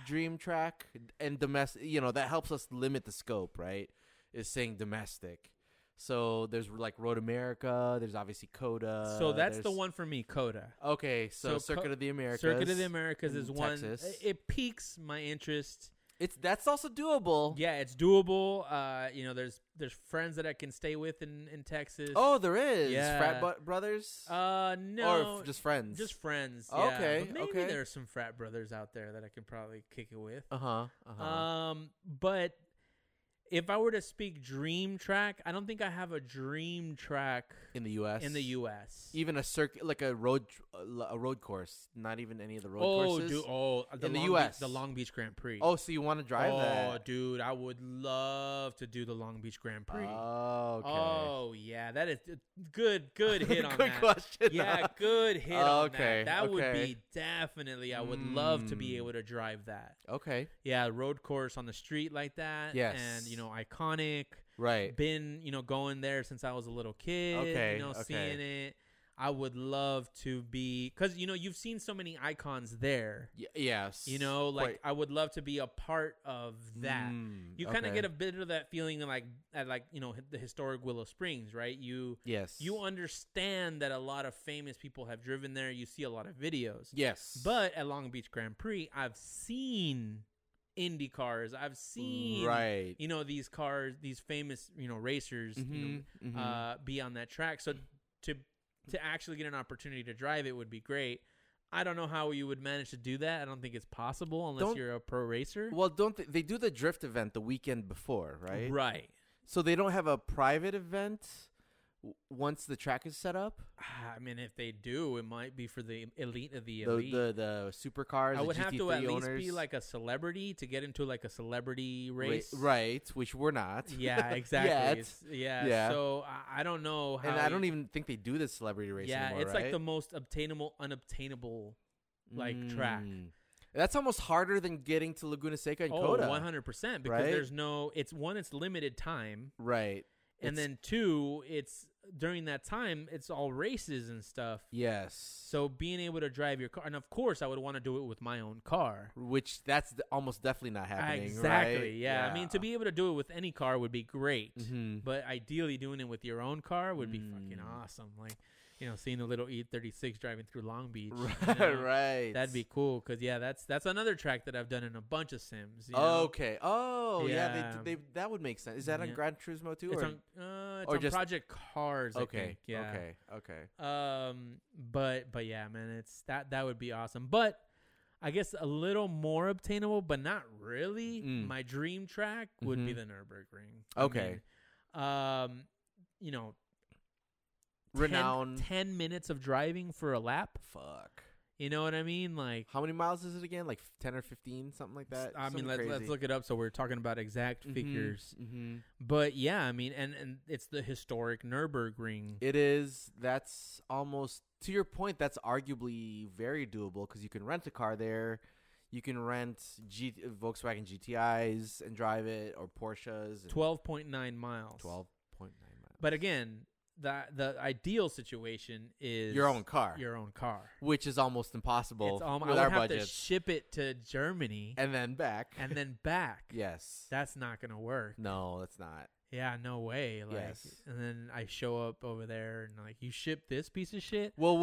S2: dream track? And domestic you know, that helps us limit the scope, right? Is saying domestic. So there's like Road America, there's obviously Coda.
S1: so that's
S2: Uh,
S1: the
S2: there's-
S1: one for me, Coda.
S2: Okay, so,
S1: So Co-
S2: Circuit of the Americas.
S1: Circuit of the Americas
S2: in
S1: is one.
S2: Texas.
S1: It piques my interest.
S2: It's that's also doable.
S1: Yeah, it's doable. Uh, you know, there's there's friends that I can stay with in in Texas.
S2: Oh, there is
S1: Yeah.
S2: frat bu- brothers,
S1: uh, no,
S2: or f- just friends.
S1: just friends.
S2: Oh,
S1: yeah.
S2: okay,
S1: but maybe
S2: okay.
S1: there's some frat brothers out there that I can probably kick it with.
S2: uh huh. Uh-huh.
S1: Um, but if I were to speak dream track, I don't think I have a dream track
S2: in the U.S.
S1: in the U.S.
S2: even a circuit like a road tr- a l- a road course, not even any of the road
S1: oh,
S2: courses.
S1: dude, oh, the
S2: In the
S1: Long Beach-
S2: US.
S1: the Long Beach Grand Prix.
S2: oh, so you want to drive
S1: oh,
S2: that?
S1: dude, I would love to do the Long Beach Grand Prix.
S2: Oh, okay.
S1: Oh yeah, that is good. Good hit on
S2: Good
S1: that.
S2: question.
S1: Yeah, good hit on
S2: Okay,
S1: that. That would
S2: okay.
S1: be definitely. I would love to be
S2: Mm.
S1: able to drive that.
S2: okay.
S1: Yeah, road course on the street like that.
S2: Yes.
S1: and you know, iconic.
S2: Right.
S1: Been you know going there since I was a little kid.
S2: Okay,
S1: you know,
S2: okay.
S1: seeing it. I would love to be because you know you've seen so many icons there.
S2: Y- yes.
S1: You know, like
S2: Quite.
S1: I would love to be a part of that.
S2: Mm,
S1: You kind of
S2: okay.
S1: get a bit of that feeling of like at like you know hi- the historic Willow Springs, right? You
S2: yes.
S1: you understand that a lot of famous people have driven there. You see a lot of videos.
S2: yes,
S1: But at Long Beach Grand Prix, I've seen Indy cars. I've seen
S2: Mm, right.
S1: you know these cars, these famous you know racers you know,
S2: Mhm, mhm.
S1: uh, be on that track. So to to actually get an opportunity to drive it would be great. I don't know how you would manage to do that. I don't think it's possible unless
S2: Don't-
S1: you're a pro racer.
S2: well, don't th- they do the drift event the weekend before, right?
S1: Right.
S2: So they don't have a private event w- once the track is set up.
S1: Ah, I mean, if they do, it might be for the elite of the
S2: The
S1: elite.
S2: the, the supercars.
S1: I
S2: the
S1: would have to
S2: GT3
S1: at least
S2: owners.
S1: be like a celebrity to get into like a celebrity
S2: Ra-
S1: race.
S2: right? Which we're not.
S1: Yeah, exactly.
S2: Yet.
S1: It's- yeah,
S2: Yeah.
S1: So I, I don't know how.
S2: and I don't
S1: you-
S2: even think they do the celebrity race
S1: Yeah,
S2: anymore.
S1: it's like
S2: right?
S1: the most obtainable, unobtainable. like, track.
S2: Mm. That's almost harder than getting to Laguna Seca and
S1: Oh,
S2: Coda.
S1: 100% because
S2: right?
S1: there's no it's one it's limited time
S2: Right.
S1: and
S2: It's-
S1: then two it's during that time it's all races and stuff.
S2: yes.
S1: So being able to drive your car and of course I would want to do it with my own car.
S2: which that's d- almost definitely not happening.
S1: exactly.
S2: right?
S1: Yeah. I mean to be able to do it with any car would be great.
S2: Mhm.
S1: But ideally, doing it with your own car would be fucking
S2: Mm.
S1: awesome. Like, you know, seeing the little E36 driving through Long Beach. you
S2: right,
S1: know,
S2: right.
S1: That'd be cool. Cause yeah, that's that's another track that I've done in a bunch of Sims. You know?
S2: okay. Oh, yeah.
S1: Yeah.
S2: they, d- they, that would make sense. Is that on
S1: Yeah.
S2: Gran Turismo too?
S1: it's
S2: or-
S1: on, uh, it's
S2: or
S1: on
S2: just-
S1: Project Cars. I
S2: okay.
S1: think, Yeah.
S2: Okay. Okay.
S1: Um. But but yeah, man, it's that that would be awesome. But I guess a little more obtainable, but not really.
S2: Mm.
S1: My dream track would be
S2: Mhm.
S1: the Nürburgring.
S2: Okay.
S1: I mean, um, you know, 10
S2: Renowned.
S1: 10 minutes of driving for a lap.
S2: Fuck.
S1: You know what I mean? Like,
S2: How many miles is it again? Like ten or fifteen, something like that.
S1: I mean, let's, let's look it up. So we're talking about exact figures.
S2: Mm-hmm.
S1: But yeah, I mean, and, and it's the historic Nürburgring.
S2: It is. That's almost to your point. That's arguably very doable because you can rent a car there. You can rent G- Volkswagen GTIs and drive it, or Porsches. And
S1: 12.9 miles.
S2: Twelve point nine miles.
S1: But again, the, the ideal situation is
S2: your own car,
S1: Your own car.
S2: which is almost impossible
S1: It's um, I
S2: with
S1: would
S2: our
S1: have to
S2: budgets,
S1: ship it to Germany and,
S2: and then back,
S1: then back.
S2: yes,
S1: That's not going to work.
S2: no, that's not.
S1: Yeah, no way. Like,
S2: Yes.
S1: and then I show up over there and like, you ship this piece of shit?
S2: Well,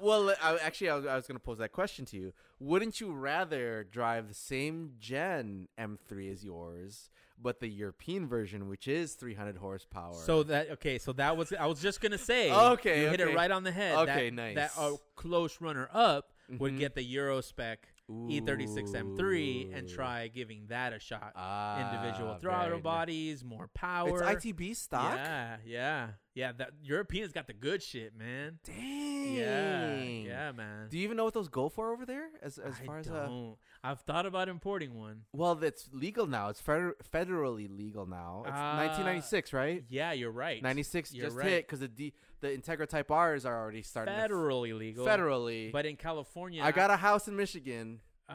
S2: well, I, actually, I was, I was going to pose that question to you. Wouldn't you rather drive the same gen M3 as yours, but the European version, which is 300 horsepower?
S1: So that okay, so that was I was just gonna say.
S2: Okay,
S1: you hit it
S2: okay.
S1: right on the head.
S2: Okay,
S1: that,
S2: nice.
S1: That a close runner up would
S2: Mhm.
S1: get the Euro spec E E36 M3 and
S2: Ooh.
S1: try giving that a shot.
S2: Ah,
S1: Individual
S2: very
S1: throttle
S2: ni-
S1: bodies, more power.
S2: It's ITB stock.
S1: Yeah, yeah, yeah. That Europeans got the good shit, man.
S2: Dang.
S1: Yeah, yeah, man.
S2: Do you even know what those go for over there? As as
S1: I
S2: far as uh,
S1: don't. I've thought about importing one.
S2: well, that's legal now. It's feder- federally legal now. It's
S1: Uh,
S2: 1996, right?
S1: Yeah, you're right.
S2: 96
S1: You're
S2: just
S1: right.
S2: hit because the D, the Integra Type R's are already starting to f-
S1: Federally legal.
S2: federally.
S1: But in California,
S2: I got a house in Michigan.
S1: Oh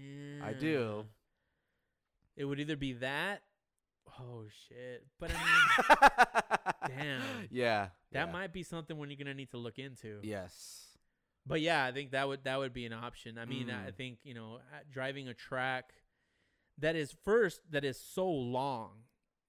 S1: yeah.
S2: I do.
S1: It would either be that. Oh shit! But I mean, Damn.
S2: Yeah.
S1: that
S2: yeah.
S1: might be something when you're gonna need to look into.
S2: Yes.
S1: But yeah, I think that would that would be an option. I mean, I I
S2: Mm.
S1: think you know uh, driving a track that is first that is so long,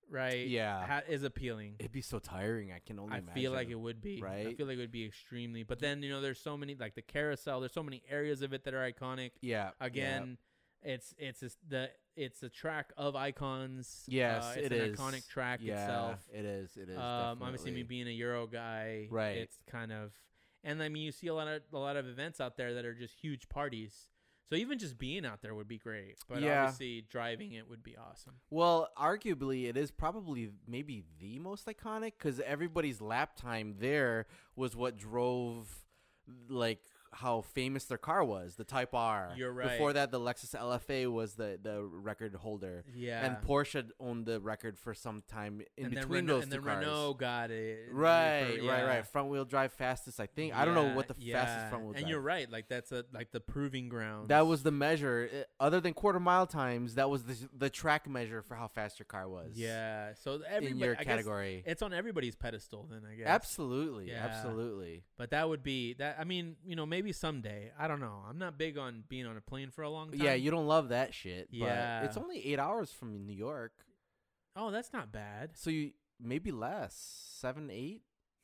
S1: right?
S2: Yeah.
S1: ha- is appealing.
S2: It'd be so tiring. I can only.
S1: I
S2: imagine.
S1: feel like it would be. I
S2: right?
S1: feel like it would be extremely. But then you know, there's so many like the carousel. There's so many areas of it that are iconic.
S2: Yeah. yeah.
S1: Again, it's it's just the it's a track of icons.
S2: Yes,
S1: uh, it's
S2: it
S1: an
S2: is.
S1: iconic track
S2: yeah,
S1: itself.
S2: It is. It is.
S1: Um, obviously, me
S2: definitely.
S1: being a Euro guy,
S2: Right.
S1: It's kind of, and I mean, you see a lot of a lot of events out there that are just huge parties. So even just being out there would be great, but
S2: Yeah.
S1: obviously driving it would be awesome.
S2: Well, arguably, it is probably maybe the most iconic because everybody's lap time there was what drove, like how famous their car was, the Type R.
S1: You're
S2: Before
S1: right.
S2: that, the Lexus LFA was the the record holder,
S1: Yeah,
S2: and Porsche owned the record for some time in
S1: And then
S2: between
S1: Renault,
S2: those
S1: and
S2: two
S1: then
S2: cars.
S1: Renault got it.
S2: Right,
S1: For-
S2: right,
S1: yeah.
S2: right. Front wheel drive fastest, I think. I don't know
S1: Yeah,
S2: what the
S1: yeah.
S2: fastest front wheel drive.
S1: And you're right, like that's a like the proving ground.
S2: That was the measure. Uh, Other than quarter mile times, that was the the track measure for how fast your car was.
S1: yeah. So everybody,
S2: in your
S1: I guess
S2: category.
S1: it's on everybody's pedestal. Then I guess.
S2: Absolutely,
S1: Yeah.
S2: absolutely.
S1: But that would be that. I mean, you know, maybe someday. I don't know. I'm not big on being on a plane for a long time.
S2: Yeah, you don't love that shit.
S1: Yeah.
S2: but it's only eight hours from New York,
S1: Oh, that's not bad.
S2: so you maybe less seven, eight.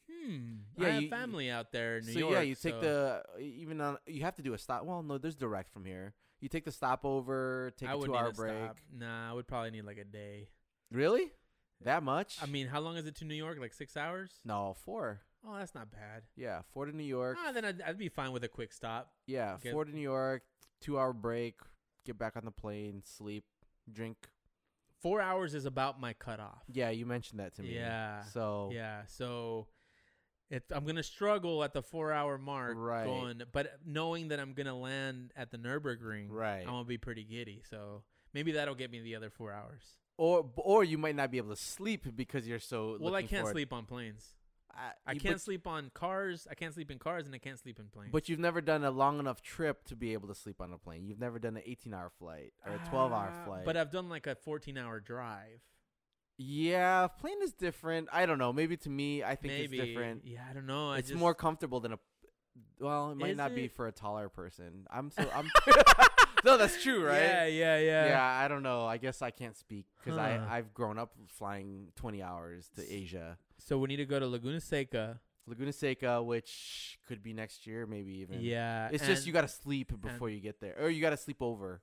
S1: Hmm.
S2: Yeah,
S1: I have
S2: you-
S1: family out there in New
S2: so
S1: York.
S2: yeah, you take
S1: so-
S2: the e, even on. You have to do a stop. Well, no, there's direct from here. You take the stopover, take
S1: I
S2: a
S1: would
S2: two
S1: need
S2: hour
S1: a
S2: break.
S1: Stop. Nah, I would probably need like a day.
S2: Really, that much?
S1: I mean, how long is it to New York? Like six hours?
S2: no, four.
S1: Oh, that's not bad.
S2: Yeah, four to New York.
S1: Ah, then I'd, I'd be fine with a quick stop.
S2: Yeah,
S1: Get-
S2: four to New York, two hour break, get back on the plane, sleep, drink.
S1: Four hours is about my cutoff.
S2: Yeah, you mentioned that to me.
S1: Yeah.
S2: So
S1: Yeah, so it, I'm gonna struggle at the four hour mark,
S2: Right.
S1: Going, but knowing that I'm gonna land at the Nurburgring,
S2: right.
S1: I'm gonna be pretty giddy. So maybe that'll get me the other four hours.
S2: Or or you might not be able to sleep because you're so.
S1: well, I
S2: looking
S1: can't
S2: forward-
S1: sleep on planes. I
S2: you-
S1: can't
S2: but,
S1: sleep on cars. I can't sleep in cars, and I can't sleep in planes.
S2: But you've never done a long enough trip to be able to sleep on a plane. You've never done an 18 hour flight or a 12 hour
S1: Ah,
S2: flight.
S1: But I've done like a 14 hour drive.
S2: yeah, plane is different. I don't know. Maybe to me, I think
S1: maybe
S2: it's different.
S1: Yeah, I don't know. I
S2: It's
S1: just,
S2: more comfortable than a. Well, it might
S1: Is
S2: not be
S1: it?
S2: for a taller person. I'm so I'm. no, that's true, right?
S1: Yeah, yeah, yeah.
S2: yeah i don't know i guess i can't speak because
S1: Huh.
S2: i i've grown up flying 20 hours to asia
S1: So we need to go to Laguna Seca.
S2: laguna seca which could be next year maybe even
S1: Yeah,
S2: it's just
S1: and
S2: you gotta sleep before you get there or you gotta sleep over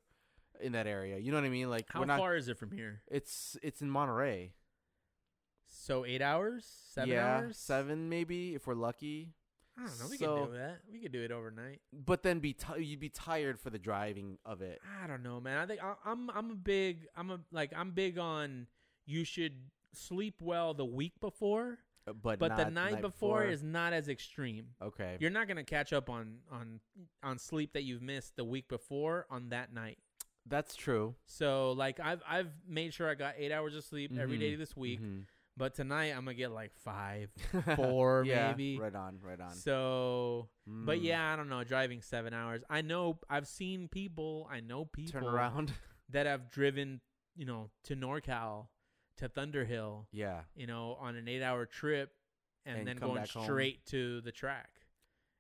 S2: in that area you know what i mean like
S1: How
S2: we're not
S1: far is it from here?
S2: it's it's in monterey
S1: So eight hours, seven
S2: yeah
S1: hours,
S2: seven maybe if we're lucky
S1: I don't know. We
S2: So-
S1: could do that. We could do it overnight.
S2: but then be ti you'd be tired for the driving of it
S1: I don't know, man. I think I, I'm. I'm a big. I'm a like. I'm big on. You should sleep well the week before,
S2: uh, but
S1: but
S2: not
S1: the night, before, is not as extreme.
S2: okay
S1: You're not gonna catch up on on on sleep that you've missed the week before on that night.
S2: that's true
S1: So like I've I've made sure I got eight hours of sleep every
S2: Mhm.
S1: day this week,
S2: Mhm.
S1: but tonight I'm gonna get like five, four
S2: Mm-hmm. yeah,
S1: maybe.
S2: right on right on
S1: So But
S2: Mm.
S1: yeah, I don't know. Driving seven hours. I know I've seen people. I know people
S2: turn around
S1: that have driven, you know, to NorCal, to Thunderhill,
S2: yeah
S1: you know, on an eight-hour trip, and,
S2: And
S1: then
S2: come
S1: going
S2: back home.
S1: straight to the track,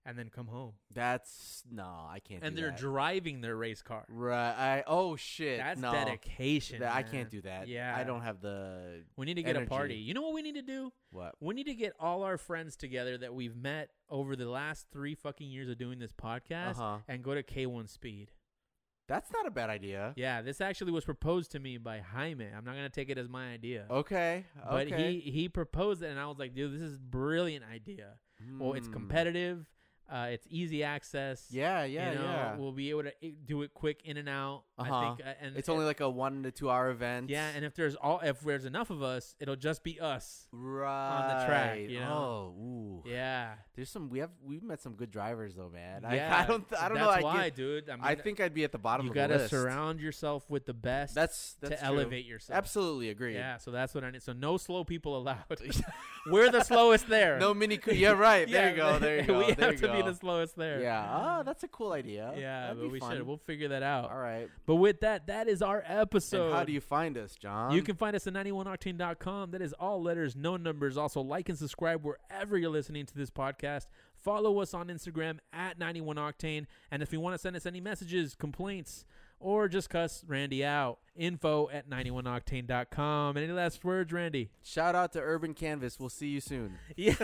S1: and then come home.
S2: That's no, I can't.
S1: and
S2: do
S1: they're
S2: that.
S1: driving their race car.
S2: right. I oh shit.
S1: That's
S2: no,
S1: dedication.
S2: That- I
S1: man.
S2: can't do that.
S1: Yeah.
S2: I don't have the
S1: We need to get
S2: energy.
S1: a party. You know what we need to do?
S2: what.
S1: We need to get all our friends together that we've met over the last three fucking years of doing this
S2: Uh
S1: podcast,
S2: huh.
S1: and go to K1 Speed.
S2: That's not a bad idea.
S1: Yeah, this actually was proposed to me by Jaime. I'm not gonna take it as my idea.
S2: Okay.
S1: But
S2: Oh, okay.
S1: he he proposed it, and I was like, dude, this is brilliant idea. Well, it's
S2: Hmm.
S1: competitive. Uh, it's easy access.
S2: Yeah. Yeah.
S1: you know,
S2: yeah.
S1: We'll be able to i- do it quick in and out. I
S2: Uh-huh.
S1: think, uh, and
S2: it's only like a one to two hour event.
S1: yeah, and if there's all if there's enough of us, it'll just be us.
S2: right
S1: track, you know?
S2: Oh, ooh.
S1: Yeah,
S2: There's some. We have. We've met some good drivers though, man.
S1: yeah.
S2: I, I don't. I don't know.
S1: That's
S2: I,
S1: why,
S2: get-
S1: dude. I, mean,
S2: I think I'd be at the bottom.
S1: you
S2: of the
S1: gotta
S2: list.
S1: surround yourself with the best
S2: That's that's
S1: to
S2: true.
S1: elevate yourself.
S2: Absolutely agree.
S1: Yeah, so that's what I need. So no slow people allowed. We're the slowest there.
S2: No mini. Coo- yeah. Right.
S1: Yeah,
S2: There you go. There you go.
S1: we
S2: there
S1: have
S2: you
S1: to be
S2: go.
S1: the slowest there.
S2: Yeah. Oh, that's a cool idea.
S1: yeah,
S2: That'd
S1: but
S2: be
S1: we
S2: fun.
S1: should. We'll figure that out.
S2: All right.
S1: But with that, that is our episode.
S2: and how do you find us, John?
S1: You can find us at 91octane.com. That is all letters, no numbers. Also, like and subscribe wherever you're listening to this podcast. Follow us on Instagram at 91octane. And if you want to send us any messages, complaints, or just cuss Randy out. Info at 91octane.com. Any last words, Randy?
S2: Shout out to Urban Canvas. We'll see you soon.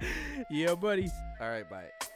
S1: Yeah. yeah, buddy.
S2: All right, bye.